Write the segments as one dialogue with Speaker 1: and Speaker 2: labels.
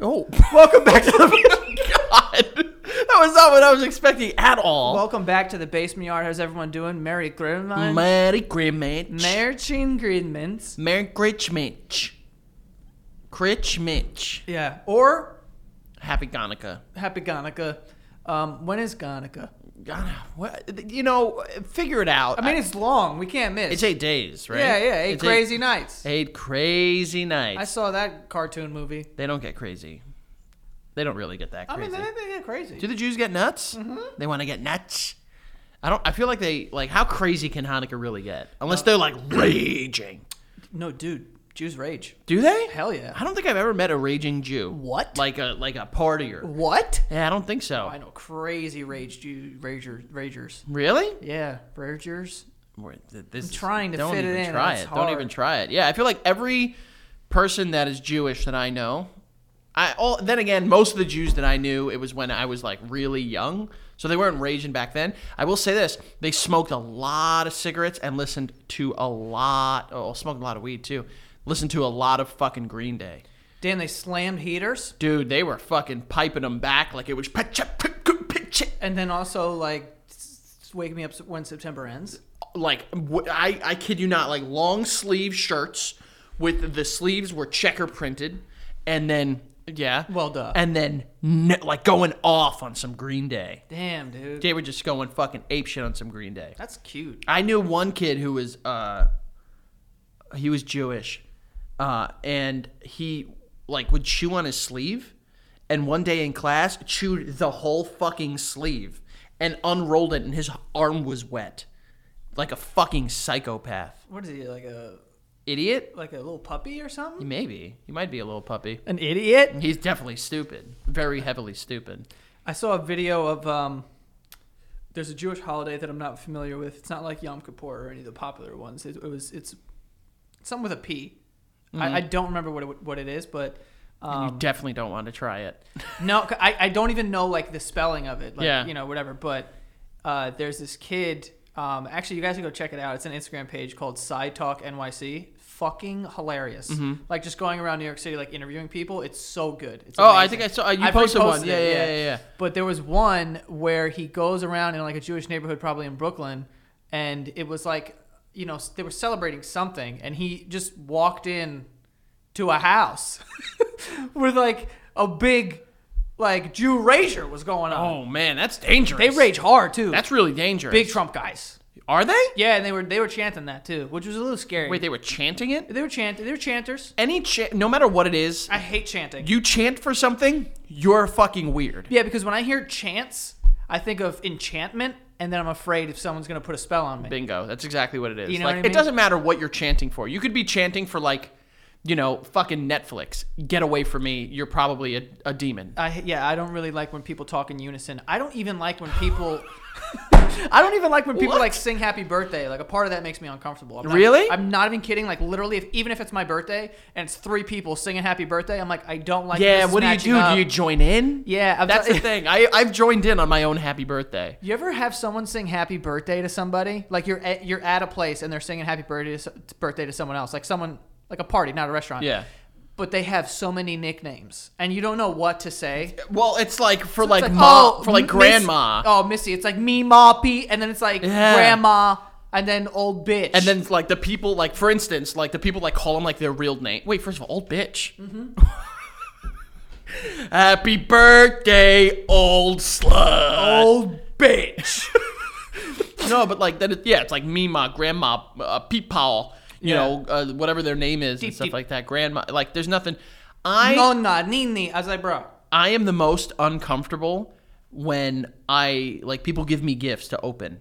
Speaker 1: Oh,
Speaker 2: Welcome back to the. God, that was not what I was expecting at all.
Speaker 1: welcome back to the basement yard. How's everyone doing? Merry Christmas.
Speaker 2: Merry Grimmage.
Speaker 1: Merchin Greenmans.
Speaker 2: Merry Gritchmich. Gritchmich.
Speaker 1: Yeah. Or
Speaker 2: Happy Hanukkah.
Speaker 1: Happy Hanukkah. Um, when is Hanukkah?
Speaker 2: God, what? You know, figure it out.
Speaker 1: I mean, it's long. We can't miss.
Speaker 2: it's eight days, right?
Speaker 1: Yeah, yeah. Eight
Speaker 2: It's
Speaker 1: crazy nights.
Speaker 2: Eight, eight crazy nights.
Speaker 1: I saw that cartoon movie.
Speaker 2: They don't get crazy. They don't really get that
Speaker 1: I
Speaker 2: crazy.
Speaker 1: mean, they, they get crazy.
Speaker 2: Do the Jews get nuts? They want to get nuts. I don't. I feel like they like. How crazy can Hanukkah really get? Unless they're like raging.
Speaker 1: no, dude. Jews rage.
Speaker 2: Do they?
Speaker 1: Hell yeah.
Speaker 2: I don't think I've ever met a raging Jew.
Speaker 1: What?
Speaker 2: Like a like a partier.
Speaker 1: What?
Speaker 2: Yeah, I don't think so.
Speaker 1: I know crazy rage Jew rager ragers.
Speaker 2: Really?
Speaker 1: Yeah, ragers.
Speaker 2: We're- th- This,
Speaker 1: trying to
Speaker 2: don't
Speaker 1: fit it
Speaker 2: even
Speaker 1: in,
Speaker 2: Try
Speaker 1: it's
Speaker 2: it. Don't even
Speaker 1: hard.
Speaker 2: try it. Yeah, I feel like every person that is Jewish that I know, I all then again, most of the Jews that I knew, it was when I was like really young, so they weren't raging back then. I will say this: they smoked a lot of cigarettes and listened to a lot. Oh, smoked a lot of weed too. Listened to a lot of fucking Green Day.
Speaker 1: Damn, they slammed heaters.
Speaker 2: Dude, they were fucking piping them back like it was pitcha, pitcha, pitcha.
Speaker 1: And then also like s- s- wake me up s- when September ends.
Speaker 2: like wh- I, I kid you not like long sleeve shirts with the sleeves were checker printed and then yeah
Speaker 1: Well, duh.
Speaker 2: and then n- like going off on some green day
Speaker 1: Damn, dude.
Speaker 2: they were just going fucking ape shit on some green day
Speaker 1: That's cute.
Speaker 2: I knew one kid who was uh he was Jewish. Uh and he like would chew on his sleeve and one day in class chewed the whole fucking sleeve and unrolled it and his arm was wet. Like a fucking psychopath.
Speaker 1: What is he like a
Speaker 2: Idiot?
Speaker 1: like a little puppy or something?
Speaker 2: Maybe. He might be a little puppy.
Speaker 1: An idiot.
Speaker 2: He's definitely stupid. Very heavily stupid.
Speaker 1: I saw a video of um. There's a Jewish holiday that I'm not familiar with. It's not like Yom Kippur or any of the popular ones. It, it was it's something with a P. I I don't remember what it, what it is, but um,
Speaker 2: you definitely don't want to try it.
Speaker 1: No, c- I, I don't even know like the spelling of it. Like,
Speaker 2: Yeah.
Speaker 1: You know, whatever. But uh, there's this kid. Um, actually, you guys can go check it out. It's an Instagram page called Side Talk NYC. Fucking hilarious. Like just going around New York City, like interviewing people. It's so good. It's
Speaker 2: Mm-hmm. Oh, I
Speaker 1: amazing.
Speaker 2: think I saw- you
Speaker 1: I've
Speaker 2: posted one.
Speaker 1: reposted
Speaker 2: Yeah,
Speaker 1: it,
Speaker 2: yeah, yeah, yeah.
Speaker 1: But there was one where he goes around in like a Jewish neighborhood, probably in Brooklyn, and it was like, you know, they were celebrating something, and he just walked in to a house with like a big like Jew rager was going on.
Speaker 2: Oh man, that's dangerous.
Speaker 1: they rage hard too.
Speaker 2: That's really dangerous.
Speaker 1: big Trump guys.
Speaker 2: Are they?
Speaker 1: Yeah, and they were they were chanting that too, which was a little scary.
Speaker 2: Wait, they were chanting it?
Speaker 1: they were chanting. They were chanters.
Speaker 2: any chant, no matter what it is,
Speaker 1: I hate chanting.
Speaker 2: you chant for something, you're fucking weird.
Speaker 1: yeah, because when I hear chants, I think of enchantment, and then I'm afraid if someone's gonna put a spell on me.
Speaker 2: Bingo. That's exactly what it is.
Speaker 1: You know
Speaker 2: like
Speaker 1: what I
Speaker 2: it
Speaker 1: mean?
Speaker 2: doesn't matter what you're chanting for. You could be chanting for like, you know, fucking Netflix. Get away from me. You're probably a, a demon.
Speaker 1: I yeah, I don't really like when people talk in unison. I don't even like when people. I don't even like when people
Speaker 2: What?
Speaker 1: like sing happy birthday. Like a part of that makes me uncomfortable. I'm not-
Speaker 2: Really?
Speaker 1: I'm not even kidding. Like literally, if, even if it's my birthday and it's three people singing happy birthday, I'm like, I don't like.
Speaker 2: yeah.
Speaker 1: this is
Speaker 2: What do you
Speaker 1: matching
Speaker 2: do?
Speaker 1: up.
Speaker 2: Do you join in?
Speaker 1: yeah, I'm
Speaker 2: That's
Speaker 1: t-
Speaker 2: the thing. I I've joined in on my own happy birthday.
Speaker 1: You ever have someone sing happy birthday to somebody? Like you're at, you're at a place and they're singing happy birthday to, so- birthday to someone else, like someone like a party, not a restaurant.
Speaker 2: Yeah.
Speaker 1: But they have so many nicknames, and you don't know what to say.
Speaker 2: Well, it's like for
Speaker 1: It's
Speaker 2: like, ma,
Speaker 1: oh,
Speaker 2: for like
Speaker 1: Miss-
Speaker 2: grandma,
Speaker 1: Oh, Missy. It's like me, ma, Pete, and then it's like
Speaker 2: Yeah.
Speaker 1: grandma, and then old bitch.
Speaker 2: and then like the people like for instance like the people like call them like their real name. Wait, first of all, old bitch.
Speaker 1: Mm-hmm.
Speaker 2: Happy birthday, old slut.
Speaker 1: old bitch.
Speaker 2: No, but like that. It, yeah, it's like Mima, Grandma, uh, Peepaw, you
Speaker 1: Yeah.
Speaker 2: know, uh, whatever their name is and
Speaker 1: Deep,
Speaker 2: stuff
Speaker 1: deep.
Speaker 2: like that. Grandma, like there's nothing. I
Speaker 1: Nonna, nini. I was like, bro.
Speaker 2: I am the most uncomfortable when I like people give me gifts to open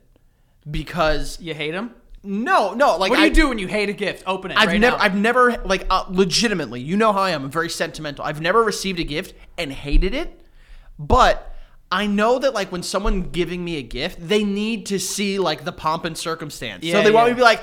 Speaker 2: because
Speaker 1: You hate him?
Speaker 2: no, no, like
Speaker 1: What do
Speaker 2: I,
Speaker 1: you do when you hate a gift? Open it
Speaker 2: I've
Speaker 1: right
Speaker 2: never,
Speaker 1: now.
Speaker 2: I've never, like, uh, legitimately, you know how I am. I'm very sentimental. I've never received a gift and hated it, but I know that, like, when someone giving me a gift, they need to see like the pomp and circumstance. so
Speaker 1: Yeah,
Speaker 2: they want me
Speaker 1: yeah.
Speaker 2: to be like,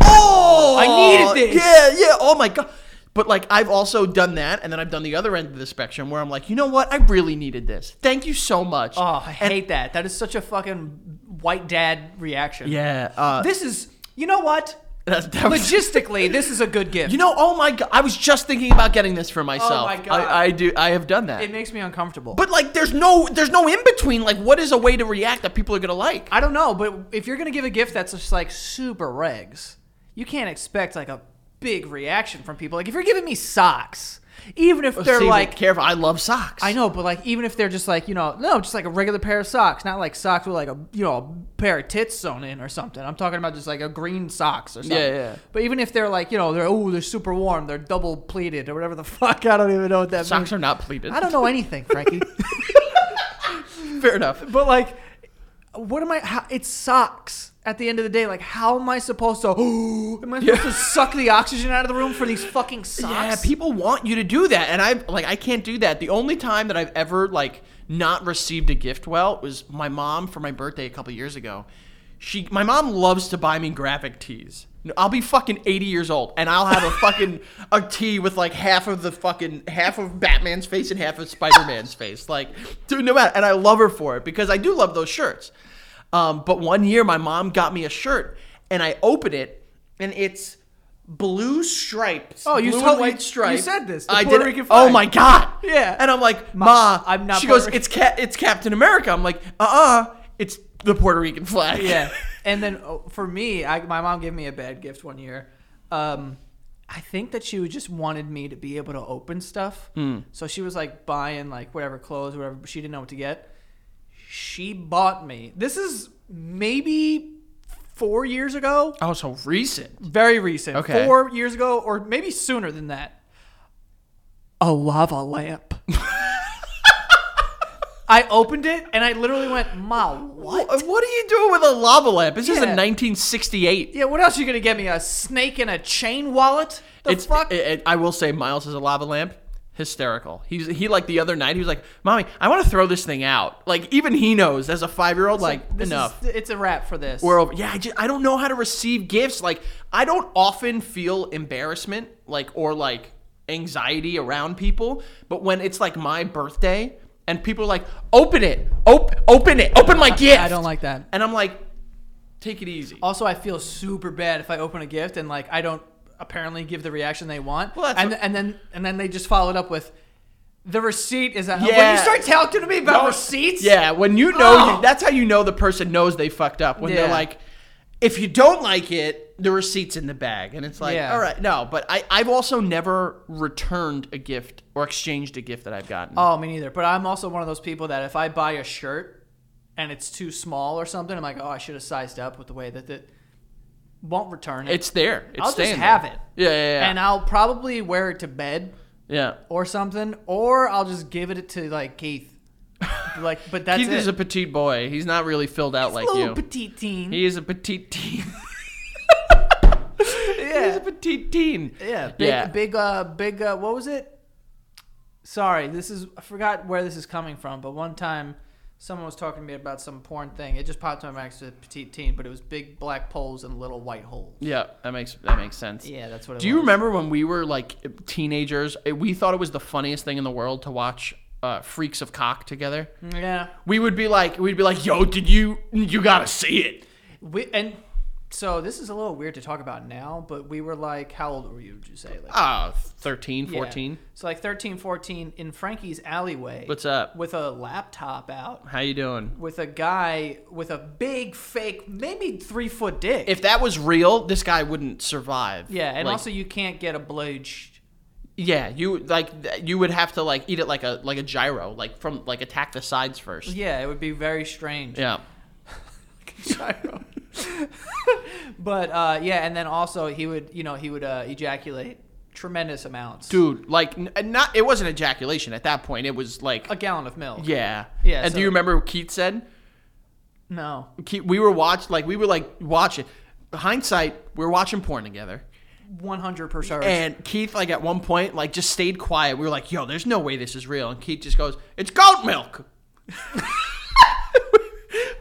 Speaker 2: "Oh,
Speaker 1: I needed this."
Speaker 2: Yeah, yeah. Oh my god." But like I've also done that, and then I've done the other end of the spectrum where I'm like, you know what? I really needed this. Thank you so much.
Speaker 1: oh, I hate that. That is such a fucking white dad reaction.
Speaker 2: yeah. Uh,
Speaker 1: This is. You know what?
Speaker 2: That, that was-
Speaker 1: Logistically, this is a good gift.
Speaker 2: you know, oh my god, I was just thinking about getting this for myself.
Speaker 1: Oh my God.
Speaker 2: I, I do. I have done that.
Speaker 1: it makes me uncomfortable.
Speaker 2: but like, there's no, there's no in between. Like, what is a way to react that people are gonna like?
Speaker 1: I don't know, but if you're gonna give a gift that's just like super regs, you can't expect like a big reaction from people. Like if you're giving me socks, even if they're
Speaker 2: Oh, See,
Speaker 1: like,
Speaker 2: careful. I love socks.
Speaker 1: I know, but like even if they're just like you know, no, just like a regular pair of socks, not like socks with like a you know a pair of tits sewn in or something. I'm talking about just like a green socks or something.
Speaker 2: Yeah, yeah.
Speaker 1: But even if they're like you know they're oh they're super warm, they're double pleated or whatever the fuck. I don't even know what that
Speaker 2: Socks
Speaker 1: means.
Speaker 2: are not pleated.
Speaker 1: I don't know anything, Frankie.
Speaker 2: Fair enough.
Speaker 1: But like, what am I? How, it's socks. At the end of the day, like, how am I supposed to? am I supposed to suck the oxygen out of the room for these fucking socks?
Speaker 2: Yeah, people want you to do that, and I like I can't do that. The only time that I've ever like not received a gift well was my mom for my birthday a couple years ago. She, my mom loves to buy me graphic tees. I'll be fucking 80 years old, and I'll have a fucking a tee with like half of the fucking half of Batman's face and half of Spider Man's face. Like, dude, no matter. And I love her for it because I do love those shirts. Um, but one year, my mom got me a shirt, and I open it, and it's blue stripes.
Speaker 1: Oh, you
Speaker 2: blue
Speaker 1: told-
Speaker 2: and
Speaker 1: you-
Speaker 2: white
Speaker 1: you
Speaker 2: stripes.
Speaker 1: said this, the
Speaker 2: I
Speaker 1: Puerto
Speaker 2: did.
Speaker 1: Rican
Speaker 2: oh
Speaker 1: flag.
Speaker 2: my god.
Speaker 1: Yeah.
Speaker 2: And I'm like, Ma,
Speaker 1: I'm not
Speaker 2: She
Speaker 1: Puerto
Speaker 2: goes,
Speaker 1: Rican.
Speaker 2: it's Cap, it's Captain America. I'm like, uh, uh it's the Puerto Rican flag.
Speaker 1: yeah. And then oh, for me, I, my mom gave me a bad gift one year. Um, I think that she just wanted me to be able to open stuff. So she was like buying like whatever clothes, whatever. But she didn't know what to get. She bought me. This is maybe four years ago.
Speaker 2: oh, so recent.
Speaker 1: very recent,
Speaker 2: Okay.
Speaker 1: four years ago, or maybe sooner than that. A lava lamp. I opened it and I literally went, "Ma, what?
Speaker 2: What? What are you doing with a lava lamp? This is
Speaker 1: Yeah.
Speaker 2: in 1968.
Speaker 1: Yeah, what else are you gonna get me? A snake and a chain wallet? The
Speaker 2: it's. e-
Speaker 1: fuck?
Speaker 2: it- it- I will say, Miles is a lava lamp. Hysterical. He's he like the other night. He was like, "Mommy, I want to throw this thing out." Like even he knows as a five year old. Like
Speaker 1: This is-
Speaker 2: enough.
Speaker 1: it's a wrap for this.
Speaker 2: We're over. Yeah, I just I don't know how to receive gifts. Like I don't often feel embarrassment, like or like anxiety around people. But when it's like my birthday and people are like, open it, op- open it, open my gift.
Speaker 1: I don't like Oh. that.
Speaker 2: And I'm like, take it easy.
Speaker 1: Also, I feel super bad if I open a gift and like I don't apparently give the reaction they want.
Speaker 2: Well, that's
Speaker 1: and
Speaker 2: what-
Speaker 1: and then and then they just follow it up with the receipt is that when
Speaker 2: Yeah.
Speaker 1: you start talking to me about
Speaker 2: No.
Speaker 1: receipts.
Speaker 2: Yeah, when you know,
Speaker 1: Oh.
Speaker 2: you, that's how you know the person knows they fucked up. When
Speaker 1: Yeah.
Speaker 2: they're like, if you don't like it, the receipt's in the bag. And it's like,
Speaker 1: Yeah.
Speaker 2: all right, no. But I, I've also never returned a gift or exchanged a gift that I've gotten.
Speaker 1: Oh, me neither. But I'm also one of those people that if I buy a shirt and it's too small or something, I'm like, oh, I should have sized up with the way that it won't return it.
Speaker 2: It's there. It's
Speaker 1: I'll just
Speaker 2: staying
Speaker 1: have
Speaker 2: there.
Speaker 1: it.
Speaker 2: Yeah, yeah, yeah.
Speaker 1: And uh, I'll probably wear it to bed
Speaker 2: yeah.
Speaker 1: or something, or I'll just give it to like Keith. Like, but that's
Speaker 2: Keith
Speaker 1: it.
Speaker 2: is a petite boy. He's not really filled out like
Speaker 1: little
Speaker 2: you.
Speaker 1: petite teen.
Speaker 2: he is a petite teen. He's
Speaker 1: yeah,
Speaker 2: a petite teen.
Speaker 1: yeah, big,
Speaker 2: yeah.
Speaker 1: big, uh, big. Uh, what was it? Sorry, this is I forgot where this is coming from, but one time someone was talking to me about some porn thing. It just popped in my mind to petite teen, but it was big black poles and little white holes.
Speaker 2: Yeah, that makes that makes sense.
Speaker 1: Yeah, that's what. It
Speaker 2: Do you
Speaker 1: was.
Speaker 2: remember when we were like teenagers? eh, We thought it was the funniest thing in the world to watch uh, Freaks of Cock together.
Speaker 1: Mm, Yeah,
Speaker 2: We would be like, we'd be like, "Yo, did you? You gotta see it."
Speaker 1: we and so this is a little weird to talk about now, but we were like, how old were you? Would you say like
Speaker 2: Ah, 13,
Speaker 1: yeah.
Speaker 2: 14.
Speaker 1: So like 13, 14 in Frankie's alleyway.
Speaker 2: What's up?
Speaker 1: With a laptop out.
Speaker 2: How you doing?
Speaker 1: With a guy with a big fake, maybe three foot dick.
Speaker 2: If that was real, this guy wouldn't survive.
Speaker 1: Yeah, and
Speaker 2: Like,
Speaker 1: also you can't get obliged.
Speaker 2: Yeah, you like th- you would have to like eat it like a like a gyro, like from like attack the sides first.
Speaker 1: Yeah, it would be very strange.
Speaker 2: Yeah.
Speaker 1: Gyro. but uh, yeah, and then also he would, you know, he would uh, ejaculate tremendous amounts.
Speaker 2: Dude, like n- not it wasn't ejaculation at that point. It was like
Speaker 1: A gallon of milk.
Speaker 2: yeah.
Speaker 1: Yeah,
Speaker 2: And
Speaker 1: so-
Speaker 2: do you remember what Keith said?
Speaker 1: No.
Speaker 2: Keith, we were watched like we were like watching hindsight, we were watching porn together.
Speaker 1: 100 per service.
Speaker 2: And Keith like at one point like just stayed quiet. We were like, "Yo, there's no way this is real." And Keith just goes, "It's goat milk."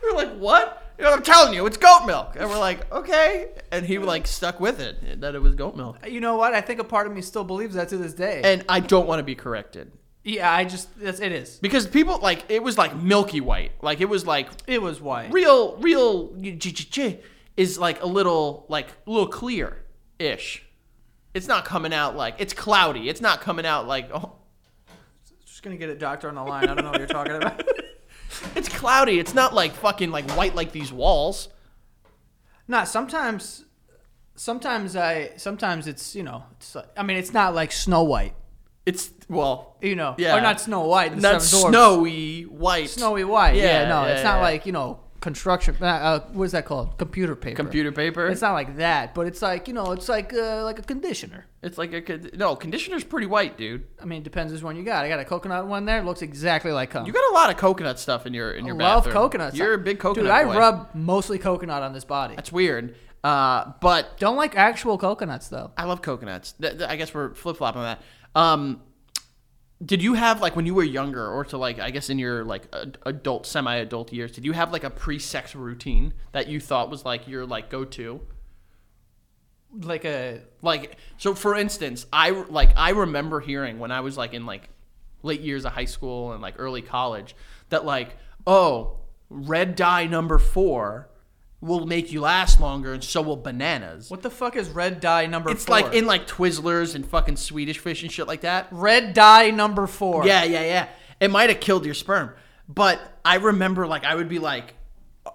Speaker 2: we were like, "What?" You know, I'm telling you, it's goat milk. And we're like, "Okay." And he like stuck with it that it was goat milk.
Speaker 1: you know what? I think a part of me still believes that to this day.
Speaker 2: And I don't want to be corrected
Speaker 1: yeah, I just, that's, it is.
Speaker 2: because people like it was like milky white. Like it was like
Speaker 1: It was white.
Speaker 2: real real j- j- j- is like a little like a little clear ish. It's not coming out like it's cloudy. It's not coming out like oh,
Speaker 1: Just gonna get a doctor on the line. I don't know what you're talking about.
Speaker 2: it's cloudy. It's not like fucking like white like these walls.
Speaker 1: Nah, sometimes, sometimes I, sometimes it's you know, it's like, I mean, it's not like Snow White,
Speaker 2: It's well,
Speaker 1: you know,
Speaker 2: Yeah.
Speaker 1: or not Snow White, the
Speaker 2: not
Speaker 1: Seven Dwarfs.
Speaker 2: snowy white.
Speaker 1: snowy white. Yeah,
Speaker 2: Yeah,
Speaker 1: no,
Speaker 2: yeah,
Speaker 1: it's not
Speaker 2: yeah.
Speaker 1: like you know construction. Uh, uh, what is that called? Computer paper.
Speaker 2: computer paper.
Speaker 1: It's not like that, but it's like you know, it's like uh, like a conditioner.
Speaker 2: It's like a con- no conditioner's pretty white, dude.
Speaker 1: I mean, it depends which one you got. I got a coconut one there. It looks exactly like cum.
Speaker 2: You got a lot of coconut stuff in your in your
Speaker 1: love
Speaker 2: bathroom.
Speaker 1: coconuts.
Speaker 2: You're a big coconut
Speaker 1: Dude, I
Speaker 2: boy.
Speaker 1: rub mostly coconut on this body.
Speaker 2: That's weird. Uh, but
Speaker 1: Don't like actual coconuts though.
Speaker 2: I love coconuts. Th- th- I guess we're flip flopping on that. Um, did you have like when you were younger, or to like I guess in your like ad- adult, semi-adult years, did you have like a pre-sex routine that you thought was like your like go-to?
Speaker 1: Like a
Speaker 2: Like so, for instance, I like I remember hearing when I was like in like late years of high school and like early college that like oh red dye number four will make you last longer, and so will bananas.
Speaker 1: what the fuck is red dye number?
Speaker 2: It's
Speaker 1: four?
Speaker 2: like in like Twizzlers and fucking Swedish fish and shit like that.
Speaker 1: red dye number four.
Speaker 2: Yeah, yeah, yeah. It might have killed your sperm, but I remember like I would be like,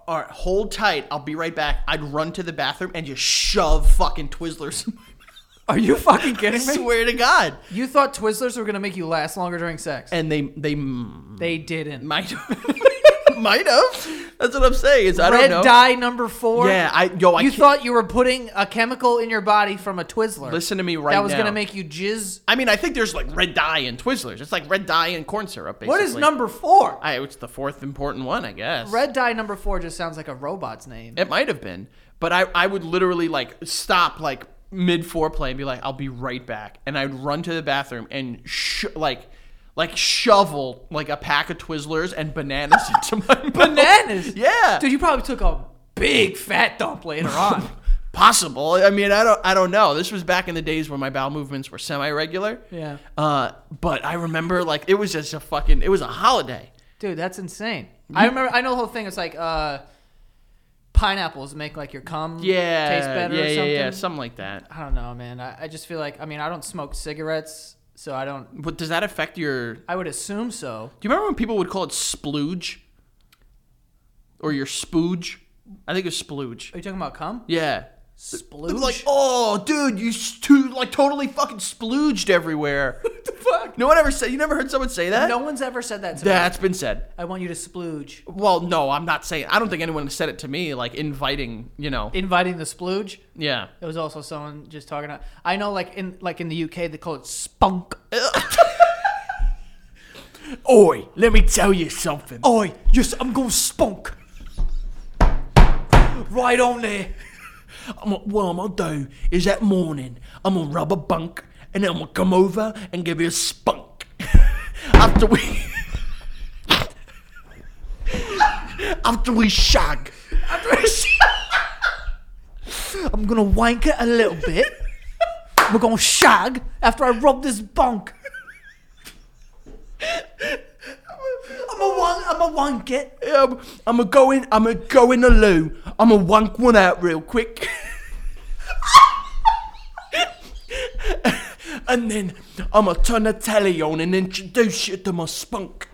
Speaker 2: "All right, hold tight. I'll be right back." I'd run to the bathroom and just shove fucking Twizzlers. in my mouth.
Speaker 1: Are you fucking
Speaker 2: I
Speaker 1: kidding me?
Speaker 2: swear to God.
Speaker 1: You thought Twizzlers were gonna make you last longer during sex?
Speaker 2: And they they mm,
Speaker 1: they didn't.
Speaker 2: might might have. That's what I'm saying. Is I
Speaker 1: red
Speaker 2: don't know.
Speaker 1: dye number four.
Speaker 2: Yeah, I yo I
Speaker 1: you
Speaker 2: can't-
Speaker 1: thought you were putting a chemical in your body from a Twizzler.
Speaker 2: Listen to me right
Speaker 1: That was
Speaker 2: now.
Speaker 1: gonna make you jizz.
Speaker 2: I mean, I think there's like red dye in Twizzlers. It's like red dye in corn syrup. Basically.
Speaker 1: What is number four?
Speaker 2: I, it's the fourth important one, I guess.
Speaker 1: Red dye number four just sounds like a robot's name.
Speaker 2: It might have been, but I, I would literally like stop like mid foreplay and be like, I'll be right back, and I'd run to the bathroom and sh- like like shovel like a pack of Twizzlers and bananas into my mouth.
Speaker 1: Bananas.
Speaker 2: Oh, Yeah,
Speaker 1: Dude, you probably took a big fat dump later on.
Speaker 2: possible. I mean, I don't I don't know. This was back in the days when my bowel movements were semi regular.
Speaker 1: Yeah.
Speaker 2: Uh, but I remember like it was just a fucking it was a holiday.
Speaker 1: Dude, that's insane. I remember. I know the whole thing. It's like uh, pineapples make like your cum
Speaker 2: Yeah,
Speaker 1: taste better
Speaker 2: yeah,
Speaker 1: or something.
Speaker 2: yeah, yeah, something like that.
Speaker 1: I don't know, man. I, I just feel like I mean I don't smoke cigarettes, so I don't.
Speaker 2: But does that affect your
Speaker 1: I would assume so.
Speaker 2: Do you remember when people would call it splooge? Or your spooge? I think it was splooge.
Speaker 1: Are you talking about cum?
Speaker 2: Yeah. They were
Speaker 1: Splooge.
Speaker 2: like, oh, dude, you stu- like totally fucking splooged everywhere.
Speaker 1: fuck.
Speaker 2: no one ever said. You never heard someone say that.
Speaker 1: No one's ever said that to me.
Speaker 2: That's been said.
Speaker 1: I want you to splooge.
Speaker 2: Well, no, I'm not saying. I don't think anyone said it to me. Like inviting, you know.
Speaker 1: Inviting the splooge.
Speaker 2: yeah.
Speaker 1: There was also someone just talking about. I know, like in like in the UK, they call it spunk.
Speaker 2: Oi, let me tell you something.
Speaker 1: Oi, yes, I'm going spunk. Right on there.
Speaker 2: I'm gonna- what I'm gonna do is that morning I'm gonna rub a bunk and then I'm gonna come over and give you a spunk. after we after we shag,
Speaker 1: After I sh- I'm gonna wank it a little bit. We're gonna shag after I rub this bunk. I'm a wank. I'm a wank it.
Speaker 2: um, I'm gonna go in. I'm gonna go in the loo. I'm gonna wank one out real quick. and then I'm gonna turn the telly on and introduce you to my spunk.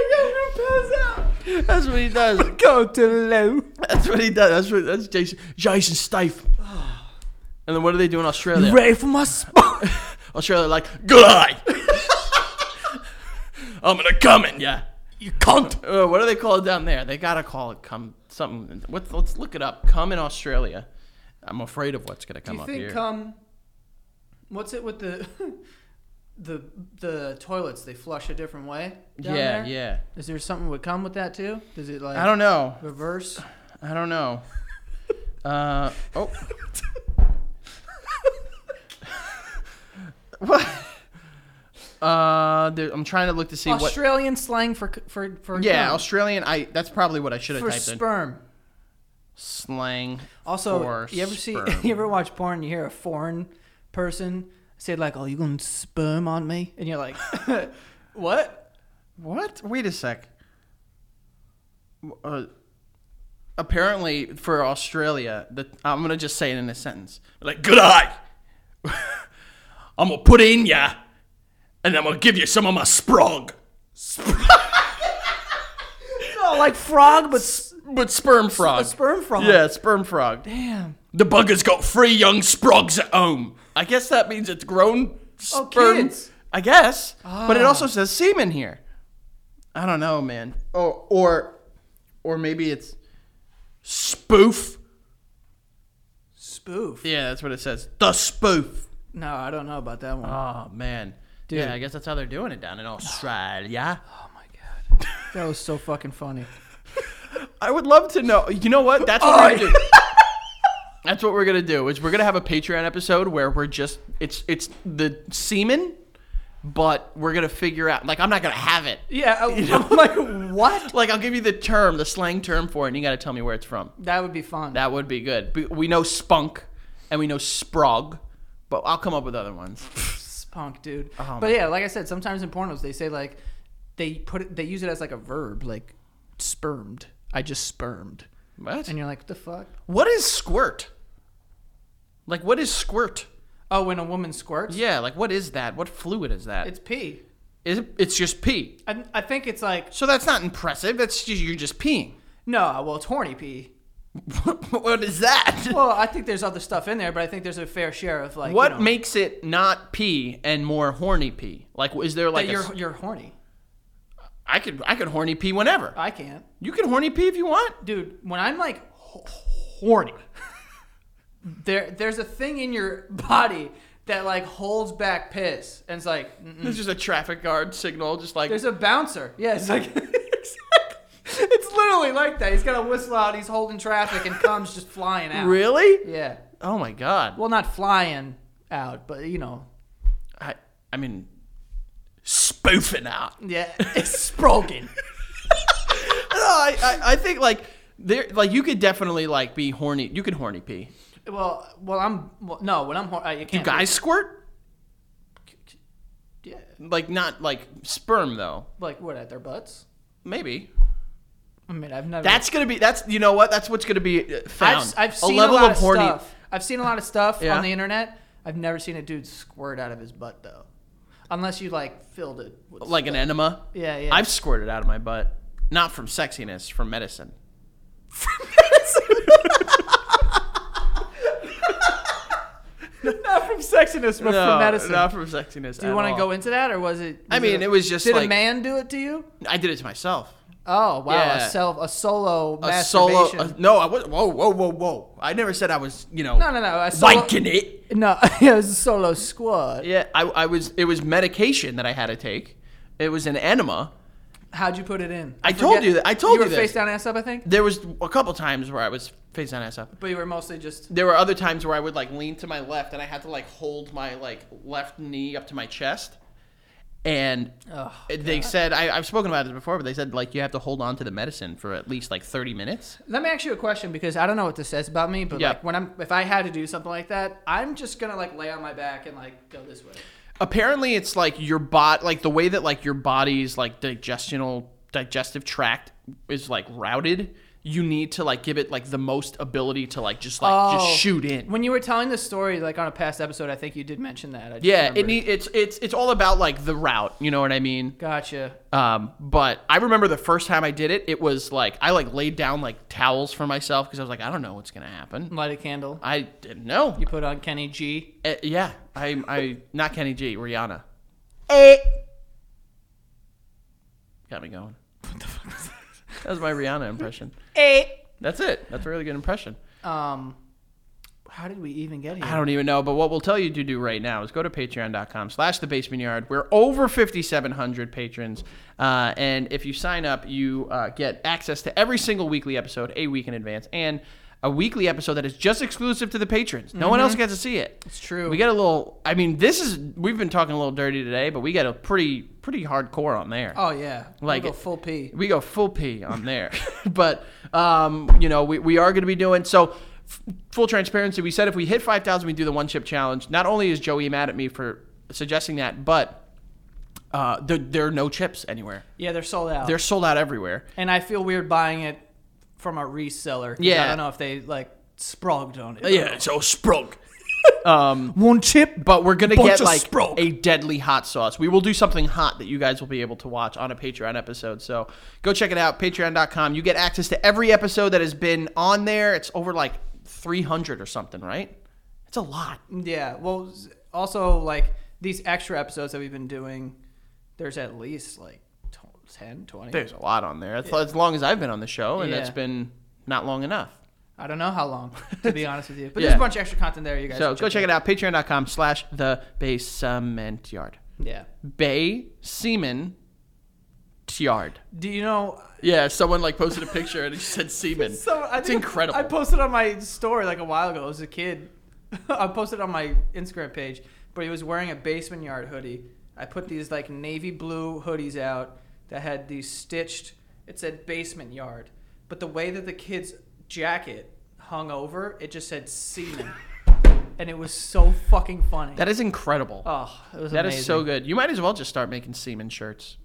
Speaker 1: Oh my god, I'm gonna pass out.
Speaker 2: That's what he does.
Speaker 1: Go to the loo.
Speaker 2: That's what he does. That's what that's Jason Jason Statham.
Speaker 1: Oh.
Speaker 2: And then what do they do in Australia?
Speaker 1: Ready for my spunk.
Speaker 2: Australia like good eye. I'm gonna come in, yeah.
Speaker 1: You cunt.
Speaker 2: Uh, what do they call it down there? They gotta call it come something. What, let's look it up. Come in Australia. I'm afraid of what's gonna
Speaker 1: Do
Speaker 2: come
Speaker 1: you
Speaker 2: up
Speaker 1: think
Speaker 2: here.
Speaker 1: um, what's it with the the the toilets? They flush a different way.
Speaker 2: yeah,
Speaker 1: Down there?
Speaker 2: yeah.
Speaker 1: Is there something would come with that too? Does it like
Speaker 2: I don't know.
Speaker 1: reverse?
Speaker 2: I don't know. Uh oh. what? Uh, there, I'm trying to look to see what.
Speaker 1: Australian slang for c- for for
Speaker 2: Yeah,
Speaker 1: cum.
Speaker 2: Australian. I that's probably what I should have
Speaker 1: for
Speaker 2: typed in.
Speaker 1: sperm.
Speaker 2: Slang.
Speaker 1: Also,
Speaker 2: for
Speaker 1: you ever see
Speaker 2: sperm.
Speaker 1: you ever watch porn? You hear a foreign person say like, "Oh, you gonna sperm on me?" And you're like, "What?"
Speaker 2: What? Wait a sec. Uh, apparently, for Australia, the, I'm gonna just say it in a sentence. Like, good eye. I'm gonna put in ya, and I'm gonna give you some of my sprog,
Speaker 1: No, like frog, but s-
Speaker 2: but sperm frog.
Speaker 1: sperm frog.
Speaker 2: Yeah, sperm frog.
Speaker 1: Damn.
Speaker 2: The bugger's got three young sprogs at home. I guess that means it's grown
Speaker 1: Oh,
Speaker 2: sperm.
Speaker 1: kids.
Speaker 2: I guess. But it also says semen here. I don't know, man. Or Oh, or or maybe it's spoof.
Speaker 1: Spoof.
Speaker 2: Yeah, that's what it says. The spoof.
Speaker 1: No, I don't know about that one.
Speaker 2: Oh man.
Speaker 1: Dude.
Speaker 2: Yeah, I guess that's how they're doing it down in Australia.
Speaker 1: Oh my god. That was so fucking funny.
Speaker 2: I would love to know. You know what? That's what we're
Speaker 1: Oh,
Speaker 2: gonna do. That's what we're gonna do. Is we're gonna have a Patreon episode where we're just it's it's the semen, but we're gonna figure out. Like I'm not gonna have it.
Speaker 1: Yeah, I, am like, what?
Speaker 2: Like I'll give you the term, the slang term for it, and you gotta tell me where it's from.
Speaker 1: That would be fun.
Speaker 2: That would be good. But We know spunk, and we know sprog, but I'll come up with other ones.
Speaker 1: Spunk, dude.
Speaker 2: my
Speaker 1: but yeah, like I said, sometimes in pornos they say like they put it, they use it as like a verb, like spermed. I just spermed,
Speaker 2: What?
Speaker 1: and you're like, what the fuck?
Speaker 2: What is squirt? Like what is squirt?
Speaker 1: Oh, when a woman squirts,
Speaker 2: Yeah, like what is that? What fluid is that?
Speaker 1: it's pee.
Speaker 2: Is it, it's just pee.
Speaker 1: I, I think it's like
Speaker 2: So that's not impressive. That's just, you're just peeing.
Speaker 1: no, well, it's horny pee.
Speaker 2: what is that?
Speaker 1: Well, I think there's other stuff in there, but I think there's a fair share of like you
Speaker 2: what
Speaker 1: know,
Speaker 2: makes it not pee and more horny pee? Like, is there
Speaker 1: that
Speaker 2: like a
Speaker 1: you're
Speaker 2: s-
Speaker 1: you're horny.
Speaker 2: I could I could horny pee whenever.
Speaker 1: I can't,
Speaker 2: You can horny pee if you want.
Speaker 1: dude. When I'm like h- horny, there there's a thing in your body that like holds back piss, and it's like. mm-mm.
Speaker 2: There's just a traffic guard signal, just like
Speaker 1: There's a bouncer. Yeah, it's like it's literally like that. He's got a whistle out. He's holding traffic, and comes just flying out.
Speaker 2: really.
Speaker 1: Yeah.
Speaker 2: Oh my god.
Speaker 1: Well, not flying out, but you know.
Speaker 2: I I mean, spoofing out.
Speaker 1: Yeah, it's broken.
Speaker 2: No, I, I I think like there like you could definitely like be horny. You could horny pee.
Speaker 1: well, well, I'm well, no. When I'm hor- uh, you can't.
Speaker 2: Guys squirt
Speaker 1: Yeah,
Speaker 2: like not like sperm though.
Speaker 1: like what at their butts?
Speaker 2: Maybe.
Speaker 1: I mean, I've never.
Speaker 2: That's gonna be. That's you know what. That's what's gonna be uh, found.
Speaker 1: I've, I've seen a, lot of stuff. I've seen a lot of stuff
Speaker 2: Yeah.
Speaker 1: on the internet. I've never seen a dude squirt out of his butt though, unless you like filled it. With
Speaker 2: like an enema.
Speaker 1: yeah, yeah.
Speaker 2: I've squirted out of my butt, not from sexiness, from medicine.
Speaker 1: not from sexiness, but from medicine.
Speaker 2: not from sexiness.
Speaker 1: Do you want to go into that, or was it?
Speaker 2: I
Speaker 1: was
Speaker 2: mean,
Speaker 1: a-
Speaker 2: it was just
Speaker 1: Did a
Speaker 2: like-
Speaker 1: man do it to you?
Speaker 2: I did it to myself.
Speaker 1: Oh wow,
Speaker 2: Yeah.
Speaker 1: a self, a solo
Speaker 2: A solo.
Speaker 1: masturbation.
Speaker 2: a- no, I was. Whoa, whoa, whoa, whoa! I never said I was. You know.
Speaker 1: no, no, no. A solo,
Speaker 2: liking it.
Speaker 1: no, it was a solo squad.
Speaker 2: Yeah, I, I was. It was medication that I had to take. It was an enema.
Speaker 1: How'd you put it in?
Speaker 2: I told
Speaker 1: forget-
Speaker 2: you that- I told
Speaker 1: you
Speaker 2: you
Speaker 1: were
Speaker 2: this.
Speaker 1: face down, ass up. I think,
Speaker 2: There was a couple times where I was face down ass up.
Speaker 1: but you were mostly just.
Speaker 2: there were other times where I would like lean to my left and I had to like hold my like left knee up to my chest. And
Speaker 1: Ugh,
Speaker 2: they said I, I've spoken about this before, but they said like you have to hold on to the medicine for at least like thirty minutes.
Speaker 1: Let me ask you a question because I don't know what this says about me, but
Speaker 2: Yeah.
Speaker 1: like when I'm, if I had to do something like that, I'm just gonna like lay on my back and like go this way.
Speaker 2: Apparently, it's like your bot like the way that like your body's like digestional digestive tract is like routed. You need to like give it like the most ability to like just like
Speaker 1: Oh.
Speaker 2: just shoot in.
Speaker 1: When you were telling the story, like on a past episode, I think you did mention that. I just
Speaker 2: yeah, it
Speaker 1: remembered.
Speaker 2: need, it's it's it's all about like the route. You know what I mean?
Speaker 1: Gotcha.
Speaker 2: Um, but I remember the first time I did it, it was like I like laid down like towels for myself because I was like, I don't know what's gonna happen.
Speaker 1: Light a candle.
Speaker 2: I didn't know.
Speaker 1: You put on Kenny G.
Speaker 2: Eh, yeah, I I not Kenny G, Rihanna. Eh. Got me going. What the fuck is that? Eh. That was my Rihanna impression. That's it. That's a really good impression.
Speaker 1: Um, how did we even get here?
Speaker 2: I don't even know, but what we'll tell you to do right now is go to patreon.com slash the basement yard. We're over 5,700 patrons. Uh, and if you sign up, you uh, get access to every single weekly episode a week in advance and a weekly episode that is just exclusive to the patrons. No one else gets to see it.
Speaker 1: Mm-hmm. It's true.
Speaker 2: We get a little, I mean, this is, we've been talking a little dirty today, but we got a pretty, pretty hardcore on there.
Speaker 1: oh yeah,
Speaker 2: Like
Speaker 1: like go
Speaker 2: it.
Speaker 1: full P.
Speaker 2: We go full P on there. but, um, you know, we, we are going to be doing so. F- full transparency, we said if we hit 5,000, we do the one chip challenge. Not only is Joey mad at me for suggesting that, but uh, there, there are no chips anywhere.
Speaker 1: Yeah, they're sold out.
Speaker 2: They're sold out everywhere.
Speaker 1: and I feel weird buying it from a reseller. 'cause
Speaker 2: Yeah.
Speaker 1: I don't know if they like sprugged on it.
Speaker 2: Yeah, it's all sprung.
Speaker 1: One chip.
Speaker 2: But we're gonna
Speaker 1: Bunch
Speaker 2: get
Speaker 1: of
Speaker 2: like
Speaker 1: Sprung.
Speaker 2: a deadly hot sauce. We will do something hot that you guys will be able to watch on a Patreon episode. So go check it out, patreon.com. You get access to every episode that has been on there. It's over like 300 or something, right? It's a lot.
Speaker 1: Yeah. Well, s- also like these extra episodes that we've been doing, there's at least like t- 10, 20.
Speaker 2: There's a lot on there. It's as long as I've been on the show, and
Speaker 1: Yeah.
Speaker 2: that's been not long enough.
Speaker 1: I don't know how long, to be honest with you. But
Speaker 2: Yeah.
Speaker 1: there's a bunch of extra content there, you guys.
Speaker 2: So
Speaker 1: can
Speaker 2: go check it out, patreon.com slash the basement yard.
Speaker 1: Yeah.
Speaker 2: Bay semen yard.
Speaker 1: Do you know?
Speaker 2: Yeah, someone like posted a picture and it just said semen.
Speaker 1: So I
Speaker 2: it's
Speaker 1: think
Speaker 2: incredible.
Speaker 1: I posted on my story like a while ago. As a kid, I posted on my Instagram page, but he was wearing a basement yard hoodie. I put these like navy blue hoodies out that had these stitched. It said basement yard, but the way that the kid's jacket hung over, it just said semen, and it was so fucking funny.
Speaker 2: that is incredible.
Speaker 1: oh, it was
Speaker 2: That is
Speaker 1: amazing.
Speaker 2: so good. You might as well just start making semen shirts.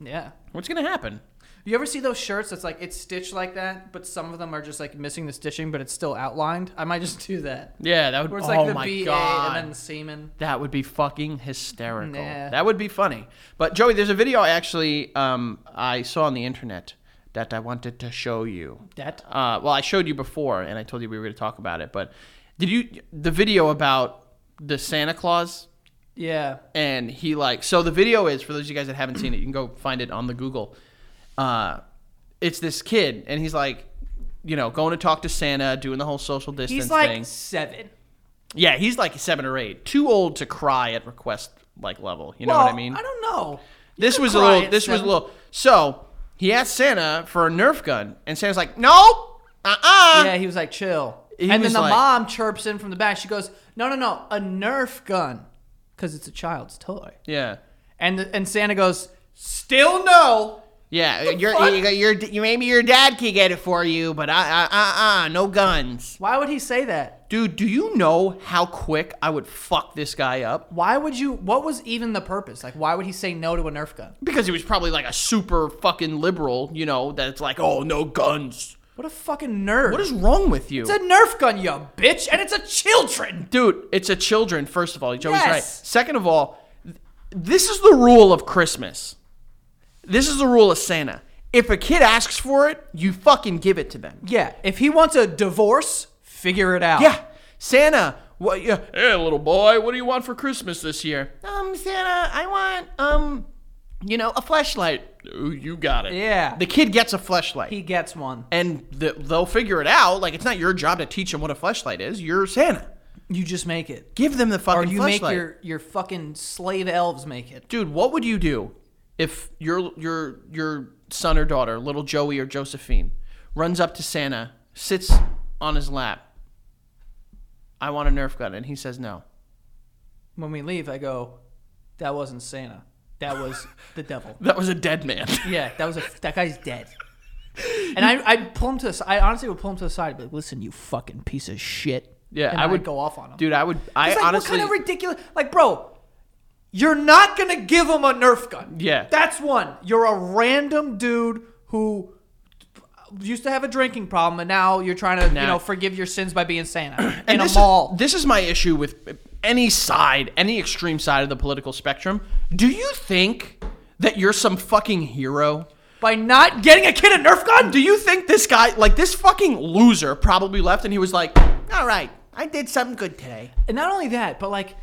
Speaker 1: Yeah.
Speaker 2: What's gonna happen?
Speaker 1: You ever see those shirts that's like it's stitched like that, but some of them are just like missing the stitching, but it's still outlined? I might just do that.
Speaker 2: Yeah, that would.
Speaker 1: Where it's
Speaker 2: oh
Speaker 1: like the
Speaker 2: my
Speaker 1: BA
Speaker 2: god,
Speaker 1: and then the semen.
Speaker 2: that would be fucking hysterical.
Speaker 1: Nah.
Speaker 2: That would be funny. But Joey, there's a video I actually um, I saw on the internet that I wanted to show you.
Speaker 1: That?
Speaker 2: Uh, well, I showed you before, and I told you we were gonna talk about it. But did you the video about the Santa Claus
Speaker 1: Yeah.
Speaker 2: and he like so the video is for those of you guys that haven't seen it you can go find it on the google uh it's this kid and he's like you know going to talk to santa doing the whole social distance
Speaker 1: He's like
Speaker 2: thing
Speaker 1: seven.
Speaker 2: yeah he's like seven or eight too old to cry at request like level you know
Speaker 1: well,
Speaker 2: what i mean
Speaker 1: I don't know. You
Speaker 2: this
Speaker 1: could
Speaker 2: was a
Speaker 1: cry
Speaker 2: little
Speaker 1: at
Speaker 2: this was a
Speaker 1: seven.
Speaker 2: little so he asked santa for a nerf gun and santa's like nope uh-uh
Speaker 1: Yeah, he was like chill.
Speaker 2: He
Speaker 1: and
Speaker 2: was
Speaker 1: then the
Speaker 2: like-
Speaker 1: mom chirps in from the back. She goes, "No, no, no, a Nerf gun, because it's a child's toy."
Speaker 2: yeah
Speaker 1: And the, and Santa goes, "Still no."
Speaker 2: yeah, your,
Speaker 1: fuck?
Speaker 2: your, your, you- maybe your dad can get it for you, but uh, uh, uh, uh, no guns.
Speaker 1: Why would he say that?
Speaker 2: Dude, do you know how quick I would fuck this guy up?
Speaker 1: Why would you? What was even the purpose? Like, why would he say no to a Nerf gun?
Speaker 2: Because he was probably like a super fucking liberal, you know, that's like, oh, no guns.
Speaker 1: What a fucking nerd.
Speaker 2: What is wrong with you?
Speaker 1: it's a Nerf gun, you bitch, and it's a children.
Speaker 2: Dude, it's a children, first of all. Joey's
Speaker 1: Yes.
Speaker 2: right. Second of all, th- this is the rule of Christmas. This is the rule of Santa. If a kid asks for it, you fucking give it to them.
Speaker 1: Yeah, if he wants a divorce, figure it out.
Speaker 2: Yeah. Santa, what, yeah, hey, little boy, what do you want for Christmas this year? Um, Santa, I want, um, you know, a flashlight. Ooh, you got it.
Speaker 1: Yeah.
Speaker 2: The kid gets a flashlight.
Speaker 1: he gets one.
Speaker 2: and th they'll figure it out. Like it's not your job to teach them what a flashlight is. You're Santa.
Speaker 1: You just make it,
Speaker 2: Give them the
Speaker 1: or
Speaker 2: fucking
Speaker 1: you
Speaker 2: flashlight.
Speaker 1: make your your fucking slave elves make it.
Speaker 2: Dude, what would you do if your your your son or daughter, little Joey or Josephine, runs up to Santa, sits on his lap. I want a Nerf gun, and he says no.
Speaker 1: When we leave, I go, that wasn't Santa, that was the devil.
Speaker 2: That was a dead man.
Speaker 1: Yeah, that was a that guy's dead. And I I'd pull him to the, si- I honestly would pull him to the side, and be like, listen, you fucking piece of shit.
Speaker 2: Yeah,
Speaker 1: and
Speaker 2: I
Speaker 1: I'd
Speaker 2: would-
Speaker 1: go off on him.
Speaker 2: Dude, I would. I
Speaker 1: It's like,
Speaker 2: honestly.
Speaker 1: what kind of ridiculous? Like, bro, you're not gonna give him a Nerf gun.
Speaker 2: Yeah.
Speaker 1: that's one. You're a random dude who used to have a drinking problem, and now you're trying to,
Speaker 2: Nah.
Speaker 1: you know, forgive your sins by being Santa in a
Speaker 2: this is-
Speaker 1: mall.
Speaker 2: this is my issue with any side, any extreme side of the political spectrum. Do you think that you're some fucking hero?
Speaker 1: by not getting a kid a Nerf gun.
Speaker 2: Do you think this guy, like this fucking loser, probably left and he was like, all right, I did something good today?
Speaker 1: And not only that, but like,